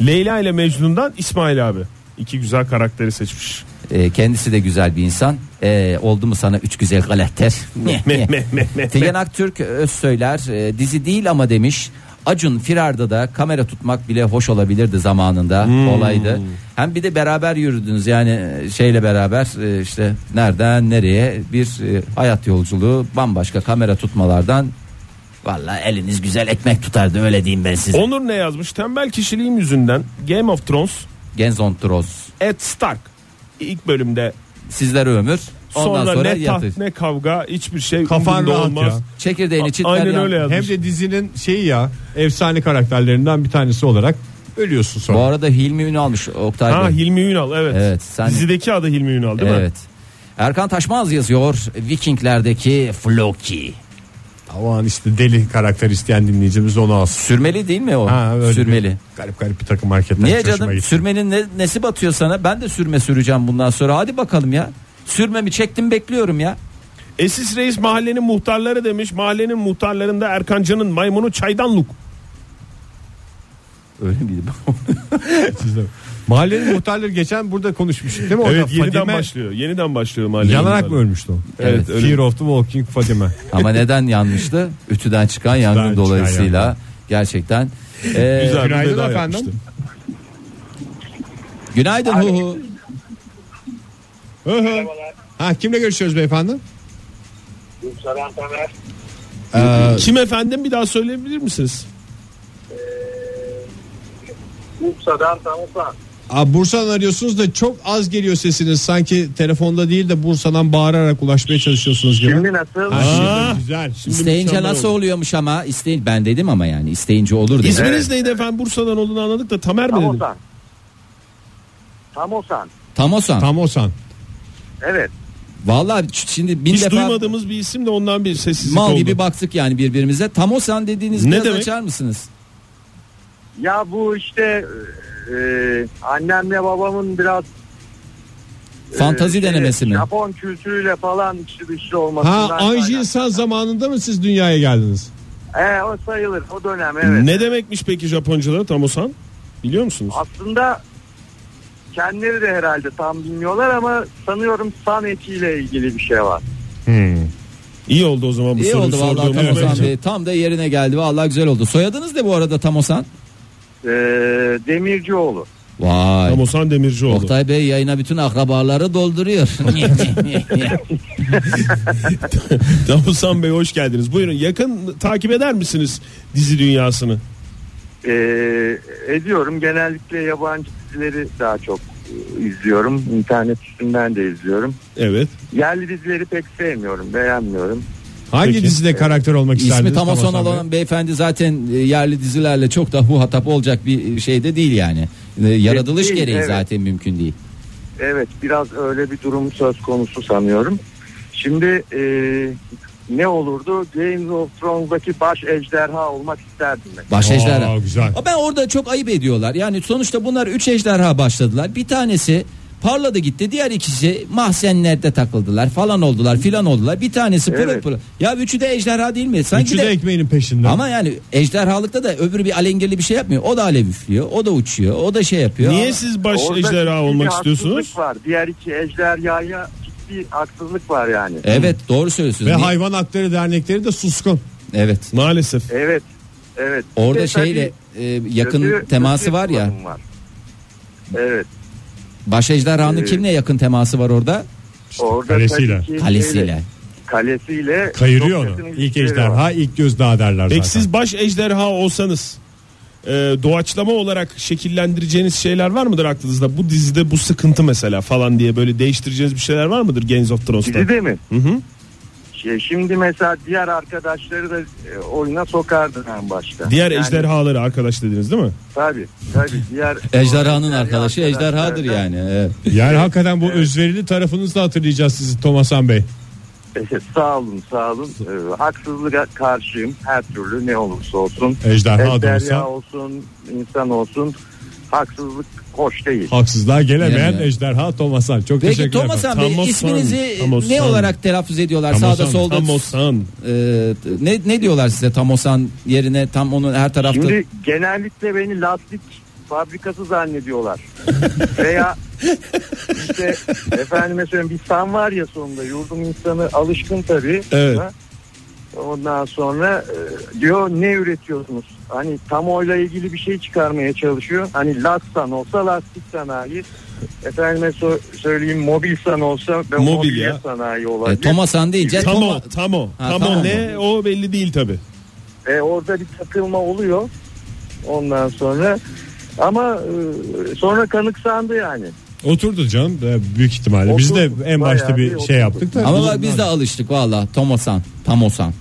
Speaker 4: Leyla ile Mecnun'dan İsmail abi. İki güzel karakteri seçmiş.
Speaker 3: Ee, kendisi de güzel bir insan. Ee, oldu mu sana üç güzel galakter?
Speaker 4: Meh meh meh meh.
Speaker 3: Figen Aktürk öz söyler e, dizi değil ama demiş. Acun Firar'da da kamera tutmak bile hoş olabilirdi zamanında
Speaker 4: Hmm.
Speaker 3: olaydı. Hem bir de beraber yürüdünüz yani e, şeyle beraber e, işte nereden nereye bir e, hayat yolculuğu bambaşka kamera tutmalardan Vallahi eliniz güzel ekmek tutardı öyle diyeyim ben size.
Speaker 4: Onur ne yazmış? Tembel kişiliğim yüzünden Game of Thrones
Speaker 3: Genzon Troz.
Speaker 4: Ed Stark ilk bölümde
Speaker 3: Sizlere ömür. Ondan sonra,
Speaker 4: sonra, ne
Speaker 3: yatış.
Speaker 4: taht ne kavga hiçbir şey
Speaker 2: Kafan
Speaker 4: umurunda
Speaker 2: rahat
Speaker 4: olmaz.
Speaker 2: ya.
Speaker 3: Çekirdeğini
Speaker 4: A-
Speaker 3: çitler
Speaker 4: Aynen
Speaker 3: yan-
Speaker 4: öyle yazmış.
Speaker 2: Hem de dizinin şeyi ya efsane karakterlerinden bir tanesi olarak ölüyorsun sonra.
Speaker 3: Bu arada Hilmi Ünal almış Oktay
Speaker 4: Ha
Speaker 3: Bey.
Speaker 4: Hilmi Ünal evet.
Speaker 3: Evet, sen-
Speaker 4: Dizideki adı Hilmi Ünal değil mi?
Speaker 3: evet. Erkan Taşmaz yazıyor Vikinglerdeki Floki.
Speaker 2: Aman işte deli karakter isteyen dinleyicimiz onu alsın.
Speaker 3: Sürmeli değil mi o?
Speaker 2: Ha, öyle
Speaker 3: sürmeli.
Speaker 2: bir garip garip bir takım hareketler.
Speaker 3: Niye
Speaker 2: hiç hoşuma
Speaker 3: canım?
Speaker 2: gitti.
Speaker 3: Sürmenin ne- nesi batıyor sana? Ben de sürme süreceğim bundan sonra. Hadi bakalım ya. Sürmemi çektim bekliyorum ya.
Speaker 4: Esis Reis mahallenin muhtarları demiş. Mahallenin muhtarlarında Erkancan'ın maymunu çaydanlık.
Speaker 3: Öyle miydi?
Speaker 2: Mahallenin muhtarları geçen burada konuşmuştuk değil mi? Orada
Speaker 4: Evet yeniden
Speaker 2: Fadime
Speaker 4: başlıyor. Yeniden başlıyor mahallenin.
Speaker 2: Yanarak mı
Speaker 4: muhtarları.
Speaker 2: ölmüştü o?
Speaker 4: Evet, öyle.
Speaker 2: Fear of the Walking Fadime.
Speaker 3: Ama neden yanmıştı? Ütüden çıkan yangın
Speaker 2: çıkan
Speaker 3: dolayısıyla. Gerçekten. Ee,
Speaker 4: Güzel bir
Speaker 2: Günaydın
Speaker 4: veda
Speaker 2: efendim.
Speaker 4: yapmıştı.
Speaker 3: Günaydın hu hu.
Speaker 2: Hı hı. ha kimle görüşüyoruz beyefendi?
Speaker 1: Gülseren Tamer,
Speaker 2: Ee,
Speaker 4: Kim efendim bir daha söyleyebilir misiniz?
Speaker 1: Bursa'dan Tanısan.
Speaker 2: aa, Bursa'dan arıyorsunuz da çok az geliyor sesiniz. Sanki telefonda değil de Bursa'dan bağırarak ulaşmaya çalışıyorsunuz gibi.
Speaker 1: Şimdi nasıl?
Speaker 2: Ha, şimdi güzel. Şimdi
Speaker 3: İsteyince
Speaker 2: mükemmel
Speaker 3: nasıl
Speaker 2: oldu.
Speaker 3: oluyormuş ama isteyin ben dedim ama yani isteyince olur dedim.
Speaker 4: İsminiz neydi efendim? Bursa'dan olduğunu anladık da Tamer mi dedim?
Speaker 1: Tamosan. Tamosan.
Speaker 3: Tamosan.
Speaker 2: Tam Osan.
Speaker 1: Evet.
Speaker 3: Vallahi ç- şimdi bin
Speaker 4: Hiç
Speaker 3: defa
Speaker 4: duymadığımız bir isim de ondan bir sessizlik
Speaker 3: mal
Speaker 4: oldu.
Speaker 3: gibi baktık yani birbirimize. Tam o sen dediğiniz
Speaker 4: Ne
Speaker 3: biraz
Speaker 4: demek?
Speaker 3: açar mısınız?
Speaker 1: Ya bu işte e, annemle babamın biraz e,
Speaker 3: Fantazi
Speaker 1: şey,
Speaker 3: denemesi mi?
Speaker 1: Japon kültürüyle falan içli dışlı olmasından.
Speaker 8: Ha Anji İnsan zamanında mı siz dünyaya geldiniz?
Speaker 1: kaynak- E, o sayılır o dönem evet.
Speaker 4: Ne demekmiş peki Japoncalara Tamosan? Biliyor musunuz?
Speaker 1: Aslında kendileri de herhalde tam bilmiyorlar ama sanıyorum san etiyle ilgili bir şey var.
Speaker 4: İyi oldu o zaman bu
Speaker 3: İyi
Speaker 4: soruyu
Speaker 3: oldu vallahi
Speaker 4: sorduğumuz
Speaker 3: Tamosan
Speaker 4: bence.
Speaker 3: Bey. Tam da yerine geldi. Vallahi güzel oldu. Soyadınız ne bu arada Tamosan?
Speaker 1: E, Demircioğlu.
Speaker 3: Vay.
Speaker 4: Tamosan Demircioğlu.
Speaker 3: Oktay Bey yayına bütün akrabaları dolduruyor.
Speaker 4: Tamosan Bey hoş geldiniz. Buyurun yakın takip eder misiniz dizi dünyasını?
Speaker 1: E, ediyorum genellikle yabancı dizileri daha çok e, izliyorum. İnternet üstünden de izliyorum.
Speaker 4: Evet.
Speaker 1: Yerli dizileri pek sevmiyorum, beğenmiyorum.
Speaker 2: Hangi
Speaker 4: Peki.
Speaker 2: dizide karakter olmak isterdiniz?
Speaker 3: İsmi Tamosan
Speaker 2: Hasan Bey?
Speaker 3: olan beyefendi zaten e, yerli dizilerle çok da huhatap olacak bir şey de değil yani. E, Yaratılış
Speaker 1: Değil,
Speaker 3: gereği
Speaker 1: evet.
Speaker 3: zaten mümkün değil.
Speaker 1: Evet biraz öyle bir durum söz konusu sanıyorum. Şimdi e, ne olurdu? Game of Thrones'daki baş ejderha olmak isterdim. ben.
Speaker 3: Baş ejderha.
Speaker 2: Aa, güzel.
Speaker 3: Ama Ben orada çok ayıp ediyorlar. Yani sonuçta bunlar 3 ejderha başladılar. Bir tanesi parladı gitti. Diğer ikisi mahzenlerde takıldılar falan oldular filan oldular. Bir tanesi pırıl
Speaker 1: Evet.
Speaker 3: pırıl. Ya üçü de ejderha değil mi? Sanki
Speaker 2: Üçü de ekmeğinin peşinde.
Speaker 3: ama yani ejderhalıkta da öbürü bir alengirli bir şey yapmıyor. O da alev üflüyor. O da uçuyor. O da şey yapıyor.
Speaker 4: Niye
Speaker 3: Ama-
Speaker 4: siz baş
Speaker 1: Orada ciddi
Speaker 4: ejderha
Speaker 1: bir
Speaker 4: olmak
Speaker 1: haksızlık
Speaker 4: istiyorsunuz?
Speaker 1: Var. Diğer iki ejderhaya ciddi haksızlık var yani.
Speaker 3: Evet doğru söylüyorsunuz.
Speaker 2: Ve
Speaker 3: Niye-
Speaker 2: hayvan hakları dernekleri de suskun.
Speaker 3: Evet.
Speaker 4: Maalesef.
Speaker 1: Evet. Evet.
Speaker 3: Orada
Speaker 1: Bir de
Speaker 3: şeyle
Speaker 1: tabii
Speaker 3: e, yakın
Speaker 1: kötü-
Speaker 3: teması
Speaker 1: kötü
Speaker 3: var ya.
Speaker 1: kullanım var. Evet.
Speaker 3: Baş ejderhanın
Speaker 1: Ee,
Speaker 3: kimle yakın teması var orada?
Speaker 1: Orada
Speaker 2: kalesiyle.
Speaker 1: tabii ki
Speaker 3: Kalesiyle.
Speaker 1: Kalesiyle
Speaker 2: Kayırıyor
Speaker 1: çok şey
Speaker 2: onu.
Speaker 1: yakın
Speaker 2: İlk
Speaker 1: ilişkileri var.
Speaker 2: ejderha ilk gözdağı derler
Speaker 4: Peki
Speaker 2: zaten.
Speaker 4: siz baş ejderha olsanız e, doğaçlama olarak şekillendireceğiniz şeyler var mıdır aklınızda? Bu dizide bu sıkıntı mesela falan diye böyle değiştireceğiniz bir şeyler var mıdır Games of Thrones'ta?
Speaker 1: Bizi de mi?
Speaker 4: Hı hı.
Speaker 1: Şey, Şimdi mesela diğer arkadaşları da e, oyuna sokardı en başta.
Speaker 4: Diğer
Speaker 1: Yani
Speaker 4: ejderhaları arkadaş dediniz değil mi?
Speaker 1: Tabii tabii diğer
Speaker 3: Ejderhanın
Speaker 1: diğer
Speaker 3: arkadaşı
Speaker 1: arkadaşlar-
Speaker 3: ejderhadır yani. Evet.
Speaker 2: Yani hakikaten bu özverili tarafınızı da hatırlayacağız sizi Thomas Han Bey.
Speaker 1: Evet, sağ olun sağ olun. Ee, haksızlığa karşıyım her türlü ne olursa olsun.
Speaker 2: Ejderha adı olsa
Speaker 1: Ejderha olsun insan olsun haksızlık hoş değil.
Speaker 2: haksızlığa gelemeyen
Speaker 3: Yani.
Speaker 2: ejderha Thomas Han. Çok
Speaker 3: Peki
Speaker 2: teşekkürler.
Speaker 3: Thomas Han
Speaker 4: Tamosan,
Speaker 3: Bey isminizi
Speaker 4: Tamosan.
Speaker 3: ne olarak telaffuz ediyorlar sağda
Speaker 4: Tamosan,
Speaker 3: solda?
Speaker 4: Tamosan.
Speaker 3: Ee, ne ne diyorlar size Tamosan yerine tam onun her tarafta
Speaker 1: Şimdi genellikle beni lastik fabrikası zannediyorlar. Veya işte efendime söyleyeyim bir san var ya sonunda yurdum insanı alışkın tabii.
Speaker 4: Evet.
Speaker 1: Ondan sonra e, diyor ne üretiyorsunuz? Hani tam oyla ilgili bir şey çıkarmaya çalışıyor. Hani lastan olsa lastik sanayi. Efendime so- söyleyeyim mobil san olsa ben
Speaker 4: Mobilya.
Speaker 1: mobilya sanayi
Speaker 3: e,
Speaker 1: olabilir.
Speaker 3: Thomasan deyince
Speaker 4: Tamo,
Speaker 3: Toma-
Speaker 4: Tamo.
Speaker 3: Ha,
Speaker 4: Tamo
Speaker 3: Tamo.
Speaker 4: ne o belli değil tabi.
Speaker 1: E, orada bir takılma oluyor. Ondan sonra ama e, sonra kanıksandı yani.
Speaker 2: Oturdu canım e, büyük ihtimalle. Biz de
Speaker 1: Oturdu.
Speaker 2: en başta
Speaker 1: Bayağı
Speaker 2: bir
Speaker 1: bir oturdu.
Speaker 2: şey yaptık da.
Speaker 3: ama bak biz de alıştık valla Tomosan Tamosan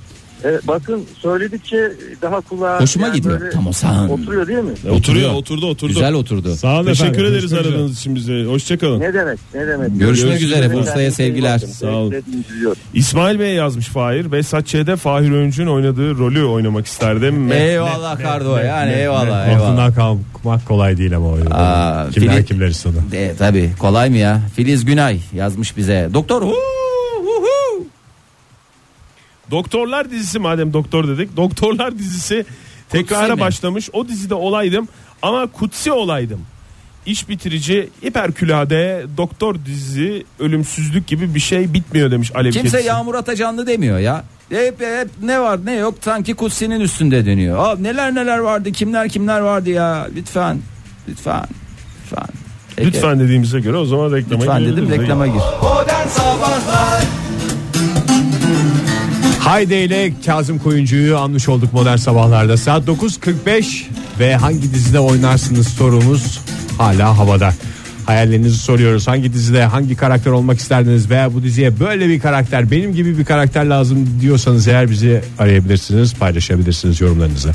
Speaker 1: E, bakın söyledikçe daha kulağa
Speaker 3: Hoşuma gidiyor.
Speaker 1: böyle
Speaker 3: Tamosan.
Speaker 1: Oturuyor değil mi?
Speaker 4: Oturuyor,
Speaker 3: Oturuyor.
Speaker 4: oturdu oturdu.
Speaker 3: güzel oturdu.
Speaker 2: Sağ olun
Speaker 4: Teşekkür
Speaker 2: efendim.
Speaker 4: ederiz
Speaker 2: Görüşmek üzere.
Speaker 4: aradığınız için bize. Hoşçakalın.
Speaker 1: Ne demek? Ne demek?
Speaker 3: Görüşmek üzere,
Speaker 1: Kendinize
Speaker 3: Bursa'ya
Speaker 1: iyi
Speaker 3: sevgiler.
Speaker 1: bakın.
Speaker 4: Sağ olun.
Speaker 1: Sevgilerimi diliyorum.
Speaker 4: İsmail Bey yazmış Fahir. Besatçı'da Fahir Öncü'nün oynadığı rolü oynamak isterdim.
Speaker 3: eyvallah Kardo yani eyvallah eyvallah.
Speaker 2: Aklından kalkmak kolay değil ama o.
Speaker 3: Aa,
Speaker 2: Kimler
Speaker 3: Filip-
Speaker 2: kimler istedi.
Speaker 3: E, tabii kolay mı ya? Filiz Günay yazmış bize. Doktor hu hu hu.
Speaker 4: Doktorlar dizisi madem doktor dedik. Doktorlar dizisi tekrara
Speaker 3: mi?
Speaker 4: başlamış. O dizide olaydım ama kutsi olaydım. İş bitirici hiperkülade doktor dizisi ölümsüzlük gibi bir şey bitmiyor demiş Alev
Speaker 3: Kimse
Speaker 4: Kedisi.
Speaker 3: Yağmur Atacanlı demiyor ya. Hep, hep ne var ne yok sanki kutsinin üstünde dönüyor. Aa, neler neler vardı kimler kimler vardı ya lütfen lütfen lütfen. Peki.
Speaker 4: Lütfen dediğimize göre o zaman reklama
Speaker 3: Lütfen
Speaker 4: girebiliriz.
Speaker 3: dedim reklama gir.
Speaker 9: Modern Sabahlar
Speaker 2: Haydi ile Kazım Koyuncu'yu anmış olduk modern sabahlarda. Saat 9.45 ve hangi dizide oynarsınız sorumuz hala havada. Hayallerinizi soruyoruz. Hangi dizide hangi karakter olmak isterdiniz veya bu diziye böyle bir karakter benim gibi bir karakter lazım diyorsanız eğer bizi arayabilirsiniz, paylaşabilirsiniz yorumlarınızı.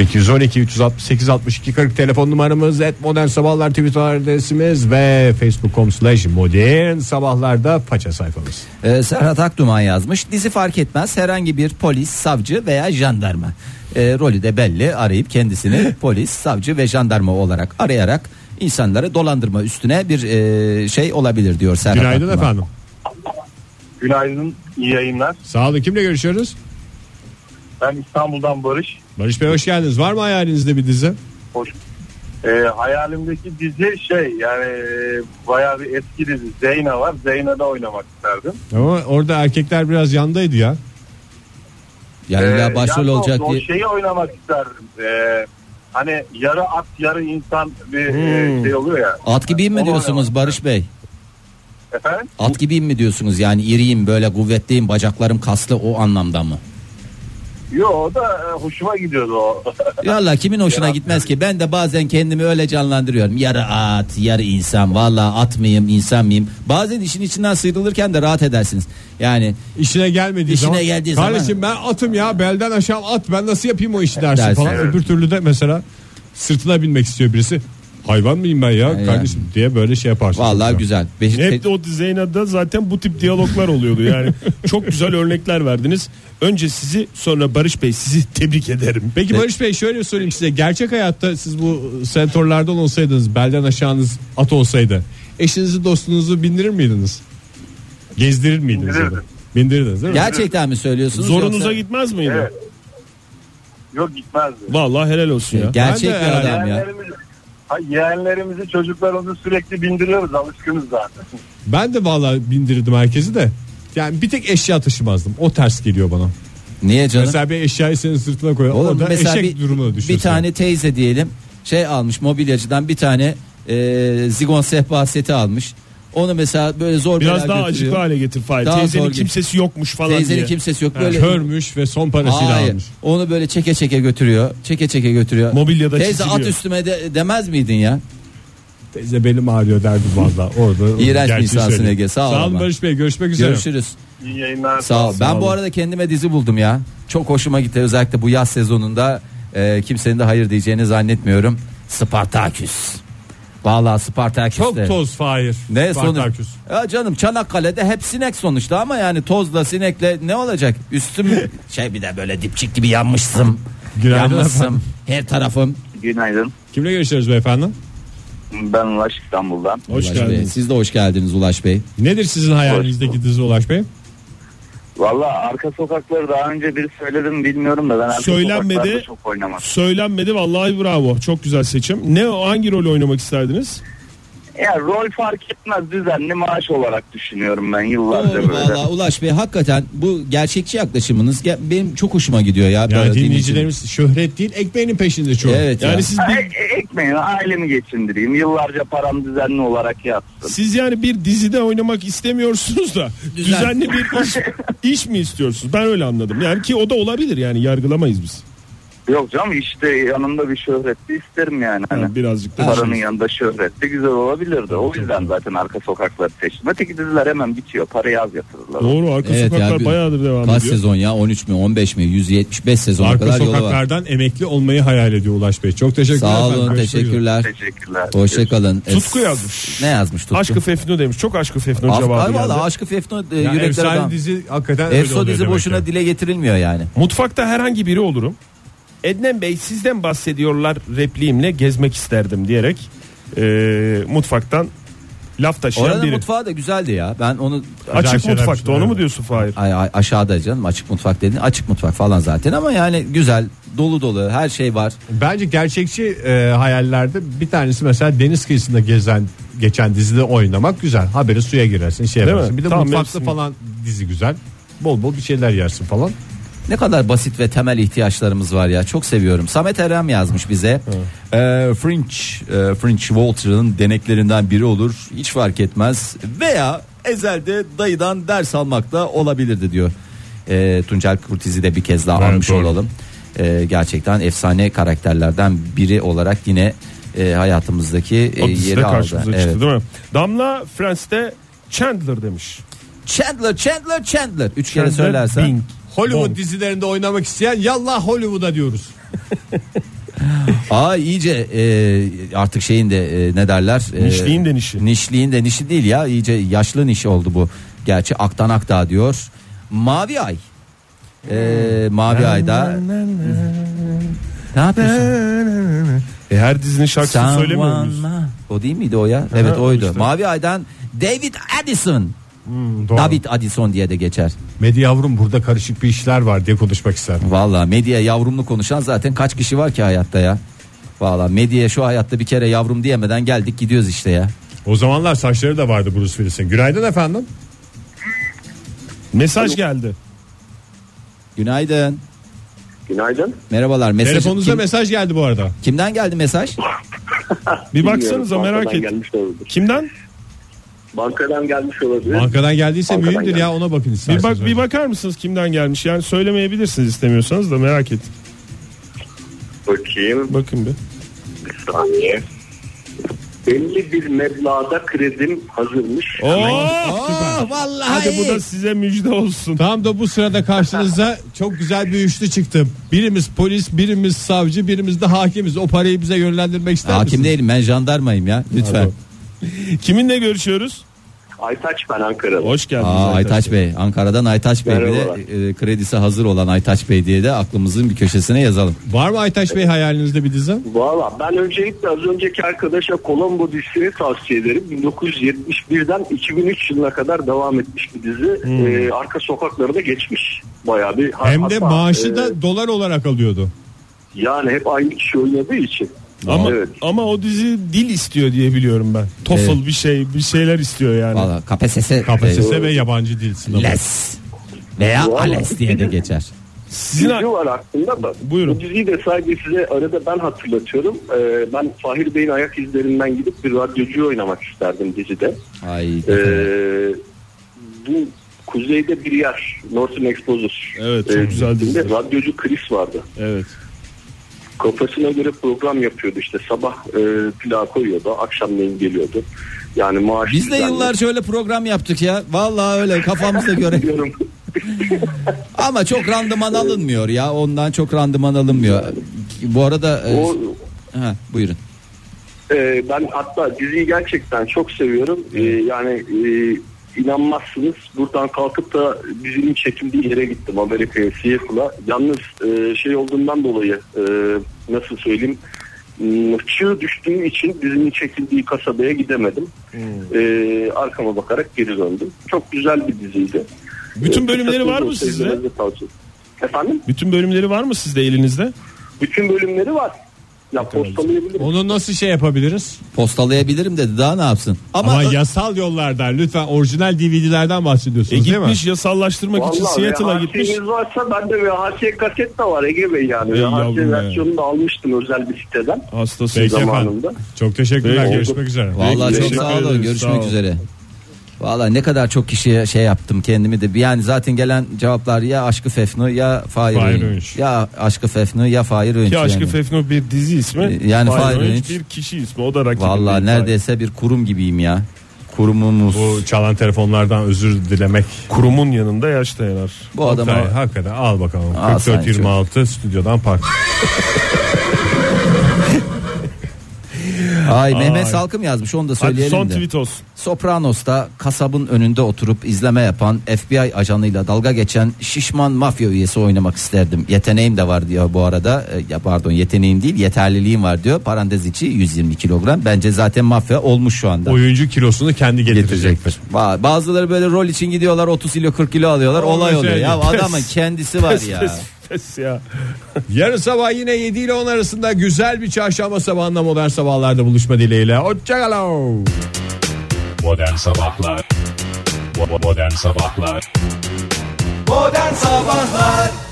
Speaker 2: 0212 368 62 40 telefon numaramız et modern sabahlar Twitter adresimiz ve facebook.com slash modern sabahlarda faça sayfamız.
Speaker 3: Ee, Serhat Akduman yazmış. Dizi fark etmez herhangi bir polis, savcı veya jandarma. Ee, rolü de belli arayıp kendisini polis, savcı ve jandarma olarak arayarak insanları dolandırma üstüne bir e, şey olabilir diyor Serhat
Speaker 2: Günaydın
Speaker 3: Akduman.
Speaker 2: efendim.
Speaker 10: Günaydın, iyi yayınlar.
Speaker 2: Sağ olun. Kimle görüşüyoruz?
Speaker 10: Ben İstanbul'dan Barış.
Speaker 2: Barış Bey hoş geldiniz. Var mı hayalinizde bir dizi?
Speaker 10: Hoş. Ee, hayalimdeki dizi şey yani e, bayağı bir eski dizi Zeyna var. Zeyna'da oynamak isterdim.
Speaker 2: Ama orada erkekler biraz yandaydı ya.
Speaker 3: Yani
Speaker 10: Ee,
Speaker 3: illa başrol
Speaker 10: yalnız
Speaker 3: olacak
Speaker 10: o
Speaker 3: diye.
Speaker 10: şeyi oynamak isterdim. Ee, hani yarı at yarı insan bir e, şey oluyor ya.
Speaker 3: At gibiyim mi
Speaker 10: Onu
Speaker 3: diyorsunuz
Speaker 10: oynamak
Speaker 3: Barış Bey?
Speaker 10: Efendim?
Speaker 3: At gibiyim mi diyorsunuz yani iriyim böyle kuvvetliyim bacaklarım kaslı o anlamda mı?
Speaker 10: Yo o da e, hoşuma gidiyordu o.
Speaker 3: Valla kimin hoşuna gitmez ki ben de bazen kendimi öyle canlandırıyorum yarı at yarı insan valla at mıyım insan mıyım bazen işin içinden sıyrılırken de rahat edersiniz yani
Speaker 2: İşine gelmediği
Speaker 3: İşine
Speaker 2: zaman.
Speaker 3: geldiği
Speaker 2: Kardeşim ben atım ya belden aşağı at ben nasıl yapayım o işi dersin,
Speaker 3: Dersin.
Speaker 2: falan.
Speaker 10: Evet.
Speaker 2: Öbür türlü de mesela sırtına binmek istiyor birisi. Hayvan mıyım ben ya
Speaker 3: Yani.
Speaker 2: kardeşim diye böyle şey yaparsın.
Speaker 3: valla
Speaker 2: Sonra.
Speaker 3: güzel. Beşik-
Speaker 4: Hep de o Zeyna'da zaten bu tip diyaloglar oluyordu yani. Çok güzel örnekler verdiniz. Önce sizi sonra Barış Bey sizi tebrik ederim.
Speaker 2: Peki Barış Bey şöyle sorayım size gerçek hayatta siz bu sentorlardan olsaydınız belden aşağınız at olsaydı eşinizi dostunuzu bindirir miydiniz? Gezdirir miydiniz? ya da?
Speaker 10: Bindirirdim.
Speaker 2: Bindirirdiniz değil mi?
Speaker 3: Gerçekten mi söylüyorsunuz?
Speaker 4: Zorunuza
Speaker 3: yoksa-
Speaker 4: gitmez miydi?
Speaker 10: Evet. Yok gitmezdi.
Speaker 4: Vallahi helal olsun ya.
Speaker 3: Gerçek
Speaker 2: Ben de
Speaker 3: bir
Speaker 2: yani-
Speaker 3: adam ya.
Speaker 10: Yeğenlerimizi, ha, yeğenlerimizi çocuklarımızı sürekli bindiriyoruz alışkınız zaten.
Speaker 2: Ben de vallahi bindirirdim herkesi de. Yani bir tek eşya taşımazdım. O ters geliyor bana.
Speaker 3: Niye canım?
Speaker 2: Mesela bir eşyayı senin sırtına koyar.
Speaker 3: Oğlum
Speaker 2: Orada
Speaker 3: mesela
Speaker 2: eşek
Speaker 3: bir,
Speaker 2: durumuna düşüyorsun.
Speaker 3: bir tane teyze diyelim şey almış mobilyacıdan bir tane e, zigon sehpa seti almış. Onu mesela böyle zor
Speaker 4: Biraz
Speaker 3: bela
Speaker 4: daha
Speaker 3: götürüyor.
Speaker 4: acıklı hale getir Fahir.
Speaker 3: Daha
Speaker 4: Teyzenin
Speaker 3: zor gibi.
Speaker 4: kimsesi yokmuş falan
Speaker 3: Teyzenin
Speaker 4: diye.
Speaker 3: kimsesi yok
Speaker 4: Ha,
Speaker 3: böyle.
Speaker 2: Körmüş ve son parasıyla
Speaker 3: Hayır.
Speaker 2: almış.
Speaker 3: Onu böyle çeke çeke götürüyor. Çeke çeke götürüyor.
Speaker 4: Mobilyada
Speaker 3: Teyze
Speaker 4: çiziliyor.
Speaker 3: at üstüme de, demez miydin ya?
Speaker 2: Teyze belim ağrıyor derdim valla. Orada
Speaker 3: İğrenç bir
Speaker 2: gerçeği
Speaker 3: insansın
Speaker 2: söyleyeyim.
Speaker 3: Ege, sağ ol
Speaker 2: Sağ olun
Speaker 3: ama.
Speaker 2: Barış Bey görüşmek üzere.
Speaker 3: Görüşürüz.
Speaker 10: İyi yayınlar.
Speaker 3: Sağ ol. Ben bu
Speaker 2: olun.
Speaker 3: arada kendime dizi buldum ya. Çok hoşuma gitti özellikle bu yaz sezonunda. e, kimsenin de hayır diyeceğini zannetmiyorum. Spartaküs. Vallahi Spartaküs
Speaker 2: Çok
Speaker 3: de-
Speaker 2: toz Fahir.
Speaker 3: Ne
Speaker 2: Spartaküs.
Speaker 3: sonuç? Ya canım Çanakkale'de hep sinek sonuçta ama yani tozla sinekle ne olacak? Üstüm şey bir de böyle dipçik gibi yanmışsın.
Speaker 2: Günaydın
Speaker 3: Yanmışsın.
Speaker 2: efendim.
Speaker 3: Her tarafım.
Speaker 10: Günaydın.
Speaker 2: Kimle görüşüyoruz beyefendi?
Speaker 10: Ben Ulaş İstanbul'dan.
Speaker 2: Hoş
Speaker 3: Ulaş Bey,
Speaker 2: geldiniz.
Speaker 3: Siz de hoş geldiniz Ulaş Bey.
Speaker 2: Nedir sizin hayalinizdeki dizi Ulaş Bey?
Speaker 10: Valla arka sokakları daha önce bir söyledim bilmiyorum da ben arka
Speaker 4: Söylenmedi.
Speaker 10: sokaklarda çok oynamam.
Speaker 4: Söylenmedi vallahi bravo. Çok güzel seçim. Ne o hangi rol oynamak isterdiniz?
Speaker 10: Yani rol fark etmez düzenli maaş olarak düşünüyorum ben yıllardır
Speaker 3: Doğru
Speaker 10: böyle.
Speaker 3: valla Ulaş Bey hakikaten bu gerçekçi yaklaşımınız ge- benim çok hoşuma gidiyor ya.
Speaker 2: Yani
Speaker 3: Böyle
Speaker 2: dinleyicilerimiz şöhret değil ekmeğinin peşinde çoğu.
Speaker 3: Evet
Speaker 4: Yani
Speaker 3: ya.
Speaker 4: siz
Speaker 10: Ha,
Speaker 4: bir,
Speaker 10: e- e- ekmeğimi ailemi geçindireyim. Yıllarca param düzenli olarak yatsın.
Speaker 4: siz yani bir dizide oynamak istemiyorsunuz da düzenli bir iş, iş mi istiyorsunuz? Ben öyle anladım. Yani ki o da olabilir yani yargılamayız biz.
Speaker 10: Yok canım işte yanımda bir şöhret de isterim yani. Hani
Speaker 4: Yani birazcık da
Speaker 10: paranın yanında şöhret de güzel olabilirdi. O yüzden zaten arka sokakları seçtim. Öteki diziler hemen bitiyor. Parayı az yatırırlar.
Speaker 4: Doğru arka
Speaker 3: Evet ya,
Speaker 4: sokaklar
Speaker 3: bir-
Speaker 4: bayağıdır devam
Speaker 3: Kaç
Speaker 4: ediyor.
Speaker 3: sezon ya 13 mi 15 mi 175 sezon
Speaker 2: Arka
Speaker 3: kadar yolu var.
Speaker 2: sokaklardan emekli olmayı hayal ediyor Ulaş Bey. Çok teşekkürler.
Speaker 3: Sağ
Speaker 2: efendim.
Speaker 3: olun
Speaker 2: Görüşmek üzere.
Speaker 3: teşekkürler.
Speaker 10: Teşekkürler.
Speaker 3: Hoşçakalın.
Speaker 4: Tutku yazmış.
Speaker 3: Ne yazmış Tutku?
Speaker 4: Aşkı Fefno demiş. Çok aşkı Fefno
Speaker 3: Af-
Speaker 4: cevabı
Speaker 3: Ay
Speaker 4: geldi.
Speaker 3: valla Aşkı Fefno e,
Speaker 2: Yani
Speaker 3: yürekler
Speaker 2: efsane
Speaker 3: adam.
Speaker 2: dizi hakikaten öyle
Speaker 3: Efso
Speaker 2: oluyor
Speaker 3: dizi
Speaker 2: demek
Speaker 3: boşuna
Speaker 2: ki.
Speaker 3: dile getirilmiyor yani.
Speaker 4: Mutfakta herhangi biri olurum. Ednem Bey sizden bahsediyorlar repliğimle gezmek isterdim diyerek e, mutfaktan laf
Speaker 2: Şey
Speaker 4: taşıyan
Speaker 3: Oranın
Speaker 4: biri.
Speaker 3: mutfağı da güzeldi ya. Ben onu
Speaker 2: Acayip
Speaker 4: Açık
Speaker 2: şeyler
Speaker 4: mutfakta
Speaker 2: düşünüyorum.
Speaker 4: onu mu diyorsun Fahir?
Speaker 3: Ay, ay, aşağıda canım açık mutfak dedin. Açık mutfak falan zaten ama yani güzel, dolu dolu her şey var.
Speaker 2: Bence gerçekçi e, hayallerde bir tanesi mesela deniz kıyısında gezen geçen dizide oynamak güzel. Haberi suya girersin, şey
Speaker 4: Değil
Speaker 2: yaparsın.
Speaker 4: mi?
Speaker 2: Bir de
Speaker 4: Tam
Speaker 2: mutfakta
Speaker 4: mevsimi.
Speaker 2: falan dizi güzel. Bol bol bir şeyler yersin falan.
Speaker 3: Ne kadar basit ve temel ihtiyaçlarımız var ya. Çok seviyorum. Samet Erem yazmış bize. Ee, French, e, French Walter'ın deneklerinden biri olur. Hiç fark etmez. Veya ezelde dayıdan ders almak da olabilirdi diyor. Ee, Tuncel Kurtiz'i de bir kez daha
Speaker 2: Evet,
Speaker 3: almış
Speaker 2: doğru.
Speaker 3: olalım. Ee, gerçekten efsane karakterlerden biri olarak yine e, hayatımızdaki e,
Speaker 4: O dizide
Speaker 3: yeri aldı.
Speaker 4: karşımıza çıktı
Speaker 3: Evet.
Speaker 4: değil mi? Damla Friends'te Chandler demiş.
Speaker 3: Chandler, Chandler, Chandler. Üç kere
Speaker 4: Chandler
Speaker 3: söylersen.
Speaker 4: Bing.
Speaker 2: Hollywood
Speaker 4: Bong.
Speaker 2: dizilerinde oynamak isteyen yallah Hollywood'a diyoruz.
Speaker 3: Aa iyice e, artık şeyin de e, ne derler? E,
Speaker 4: Nişliğin de nişi.
Speaker 3: Nişliğin de nişi değil ya. iyice yaşlı niş oldu bu. Gerçi aktan akta diyor. Mavi ay. E, mavi ayda. ne yapıyorsun?
Speaker 4: E, her dizinin şarkısını
Speaker 3: Someone
Speaker 4: söylemiyor muyuz?
Speaker 3: ma- O değil miydi o ya? Evet
Speaker 4: Aha,
Speaker 3: oydu.
Speaker 4: işte.
Speaker 3: Mavi aydan David Addison.
Speaker 4: doğru.
Speaker 3: David Addison diye de geçer.
Speaker 2: Medi yavrum burada karışık bir işler var diye konuşmak ister.
Speaker 3: Valla medya yavrumlu konuşan zaten kaç kişi var ki hayatta ya? Valla medya şu hayatta bir kere yavrum diyemeden geldik gidiyoruz işte ya.
Speaker 2: O zamanlar saçları da vardı Bruce Willis'in. Günaydın efendim.
Speaker 4: Mesaj geldi.
Speaker 3: Günaydın.
Speaker 10: Günaydın.
Speaker 3: Merhabalar. Mesaj,
Speaker 2: Telefonunuza
Speaker 3: kim-
Speaker 2: mesaj geldi bu arada.
Speaker 3: kimden geldi mesaj?
Speaker 4: Bir baksanıza merak
Speaker 10: Bankadan
Speaker 4: et.
Speaker 10: Gelmiş olabilir.
Speaker 4: Kimden?
Speaker 10: Bankadan gelmiş olabilir.
Speaker 2: Bankadan geldiyse
Speaker 10: Bankadan
Speaker 2: mühimdir
Speaker 10: geldi.
Speaker 2: ya ona bakın
Speaker 4: Bir
Speaker 2: isterseniz.
Speaker 4: bak bir bakar mısınız kimden gelmiş? Yani söylemeyebilirsiniz istemiyorsanız da merak et.
Speaker 10: Bakayım.
Speaker 4: Bakın bir.
Speaker 10: Bir saniye. Belli bir meblağda kredim hazırmış.
Speaker 4: Oo!
Speaker 2: Süper.
Speaker 3: vallahi
Speaker 4: Hadi bu da size müjde olsun.
Speaker 2: Tam da bu sırada karşınıza çok güzel bir üçlü çıktı. Birimiz polis, birimiz savcı, birimiz de hakimiz. O parayı bize yönlendirmek ister
Speaker 3: Hakim
Speaker 2: misiniz?
Speaker 3: değilim ben jandarmayım ya lütfen.
Speaker 4: Kiminle görüşüyoruz?
Speaker 10: Aytaç ben Ankara'da.
Speaker 4: Hoş geldiniz.
Speaker 3: Aa,
Speaker 4: Aytaç
Speaker 3: Aytaç Bey Ankara'dan Aytaç Bey bir de
Speaker 10: Merhabalar.
Speaker 3: e, kredisi hazır olan Aytaç Bey diye de aklımızın bir köşesine yazalım.
Speaker 2: Var mı Aytaç Bey hayalinizde bir dizi?
Speaker 10: Valla ben öncelikle az önceki arkadaşa Colombo dizisini tavsiye ederim. 1971'den 2003 yılına kadar devam etmiş bir dizi. Ee, arka sokakları da geçmiş. Bayağı bir.
Speaker 2: Hmm. Hem de
Speaker 10: hatta,
Speaker 2: maaşı
Speaker 10: e,
Speaker 2: da dolar olarak alıyordu.
Speaker 10: Yani hep aynı kişi oynadığı için.
Speaker 4: Ama
Speaker 10: Evet.
Speaker 4: ama o dizi dil istiyor diye biliyorum ben. TOEFL bir şey bir şeyler istiyor yani.
Speaker 3: Valla KPSS,
Speaker 2: KPSS
Speaker 10: Evet.
Speaker 2: ve yabancı dil sınavı.
Speaker 3: e, LES veya
Speaker 10: Vallahi.
Speaker 3: ALES diye de geçer.
Speaker 4: Sizin
Speaker 10: Dizi var aklımda da.
Speaker 4: Buyurun.
Speaker 10: Bu diziyi de sadece size arada ben hatırlatıyorum. Ee, ben Fahir Bey'in ayak izlerinden gidip bir radyocuyu oynamak isterdim dizide.
Speaker 3: Ay,
Speaker 10: Ee, bu kuzeyde bir yer. Northern Exposure.
Speaker 4: Evet, çok güzel dizi.
Speaker 10: dizide Radyocu Chris vardı.
Speaker 4: evet.
Speaker 10: kafasına göre program yapıyordu işte sabah e, plağı koyuyordu akşamleyin geliyordu yani maaş
Speaker 3: Biz de
Speaker 10: düzenli-
Speaker 3: yıllarca öyle program yaptık ya. Vallahi öyle kafamıza göre.
Speaker 10: Diyorum,
Speaker 3: Ama çok randıman alınmıyor ya. Ondan çok randıman alınmıyor. Bu arada e,
Speaker 10: o,
Speaker 3: ha, buyurun.
Speaker 10: e, ben hatta diziyi gerçekten çok seviyorum E, yani e, inanmazsınız buradan kalkıp da dizinin çekildiği yere gittim Amerika'ya Seattle'a yalnız e, şey olduğundan dolayı e, nasıl söyleyeyim m, çığ düştüğü için dizinin çekildiği kasabaya gidemedim. E, arkama bakarak geri döndüm. Çok güzel bir diziydi.
Speaker 4: Bütün
Speaker 10: Ee,
Speaker 4: bölümleri var mı
Speaker 10: kısa sözle
Speaker 4: sizde?
Speaker 10: izlemenizi tavsiye ederim. Efendim?
Speaker 4: Bütün bölümleri var mı sizde elinizde?
Speaker 10: Bütün bölümleri var. Ya postalayabilirim.
Speaker 2: Onu nasıl şey yapabiliriz?
Speaker 3: Postalayabilirim dedi. Daha ne yapsın? Ama,
Speaker 2: Ama, yasal yollardan lütfen orijinal DVD'lerden bahsediyorsunuz
Speaker 4: E
Speaker 2: değil mi?
Speaker 4: gitmiş yasallaştırmak için Seattle'a gitmiş.
Speaker 10: VHS'iniz varsa bende VHS kaset de var Ege Bey yani.
Speaker 4: Ey yavrum ya.
Speaker 10: VHS versiyonunu da almıştım özel bir siteden
Speaker 4: Hastası.
Speaker 2: Peki
Speaker 10: zamanında.
Speaker 2: efendim. Çok teşekkürler.
Speaker 4: Peki.
Speaker 2: Görüşmek üzere.
Speaker 3: vallahi çok
Speaker 4: Teşekkür
Speaker 3: sağ olun.
Speaker 4: ederiz,
Speaker 3: Görüşmek
Speaker 4: sağ olun.
Speaker 3: üzere. Vallahi ne kadar çok kişiye şey yaptım kendimi de. Yani zaten gelen cevaplar ya Aşkı Fefnu ya Fahir
Speaker 2: Fahir
Speaker 3: Öğünç.
Speaker 2: Öğünç.
Speaker 3: Ya Aşkı Fefnu ya Fahir Öğünç.
Speaker 4: Ki Aşkı
Speaker 3: yani. E,
Speaker 4: Fefno bir dizi ismi.
Speaker 3: Yani
Speaker 4: Fahir
Speaker 3: Fahir Öğünç.
Speaker 4: Öğünç bir kişi ismi. O da rakip.
Speaker 3: Vallahi neredeyse bir kurum gibiyim ya. Kurumumuz. Bu,
Speaker 2: Bu çalan telefonlardan özür dilemek.
Speaker 4: Kurumun yanında yaş dayanar.
Speaker 3: adama
Speaker 2: Oktay, hakikaten al bakalım.
Speaker 3: Al sen
Speaker 2: 44-26 stüdyodan park.
Speaker 3: Ay Mehmet Salkım yazmış onu da
Speaker 4: Hadi
Speaker 3: söyleyelim
Speaker 4: son
Speaker 3: de.
Speaker 4: tweet olsun.
Speaker 3: Sopranos'ta kasabın önünde oturup izleme yapan FBI ajanıyla dalga geçen şişman mafya üyesi oynamak isterdim. Yeteneğim de var diyor bu arada. E, ya pardon yeteneğim değil yeterliliğim var diyor. Parantez içi 120 kilogram. Bence zaten mafya olmuş şu anda.
Speaker 2: Oyuncu kilosunu kendi getirecektir.
Speaker 3: Getirecektir. Ba- Bazıları böyle rol için gidiyorlar 30 kilo 40 kilo alıyorlar olay
Speaker 2: Olmuş
Speaker 3: oluyor. Ya
Speaker 2: yani.
Speaker 3: adamın kendisi var
Speaker 4: Pes,
Speaker 3: ya.
Speaker 4: pes, pes ya.
Speaker 2: Yarın sabah yine 7 ile 10 arasında güzel bir çarşamba sabahında modern sabahlarda buluşma dileğiyle. Hoşçakalın.
Speaker 11: Modern Sabahlar Bo- Modern Sabahlar
Speaker 6: Modern Sabahlar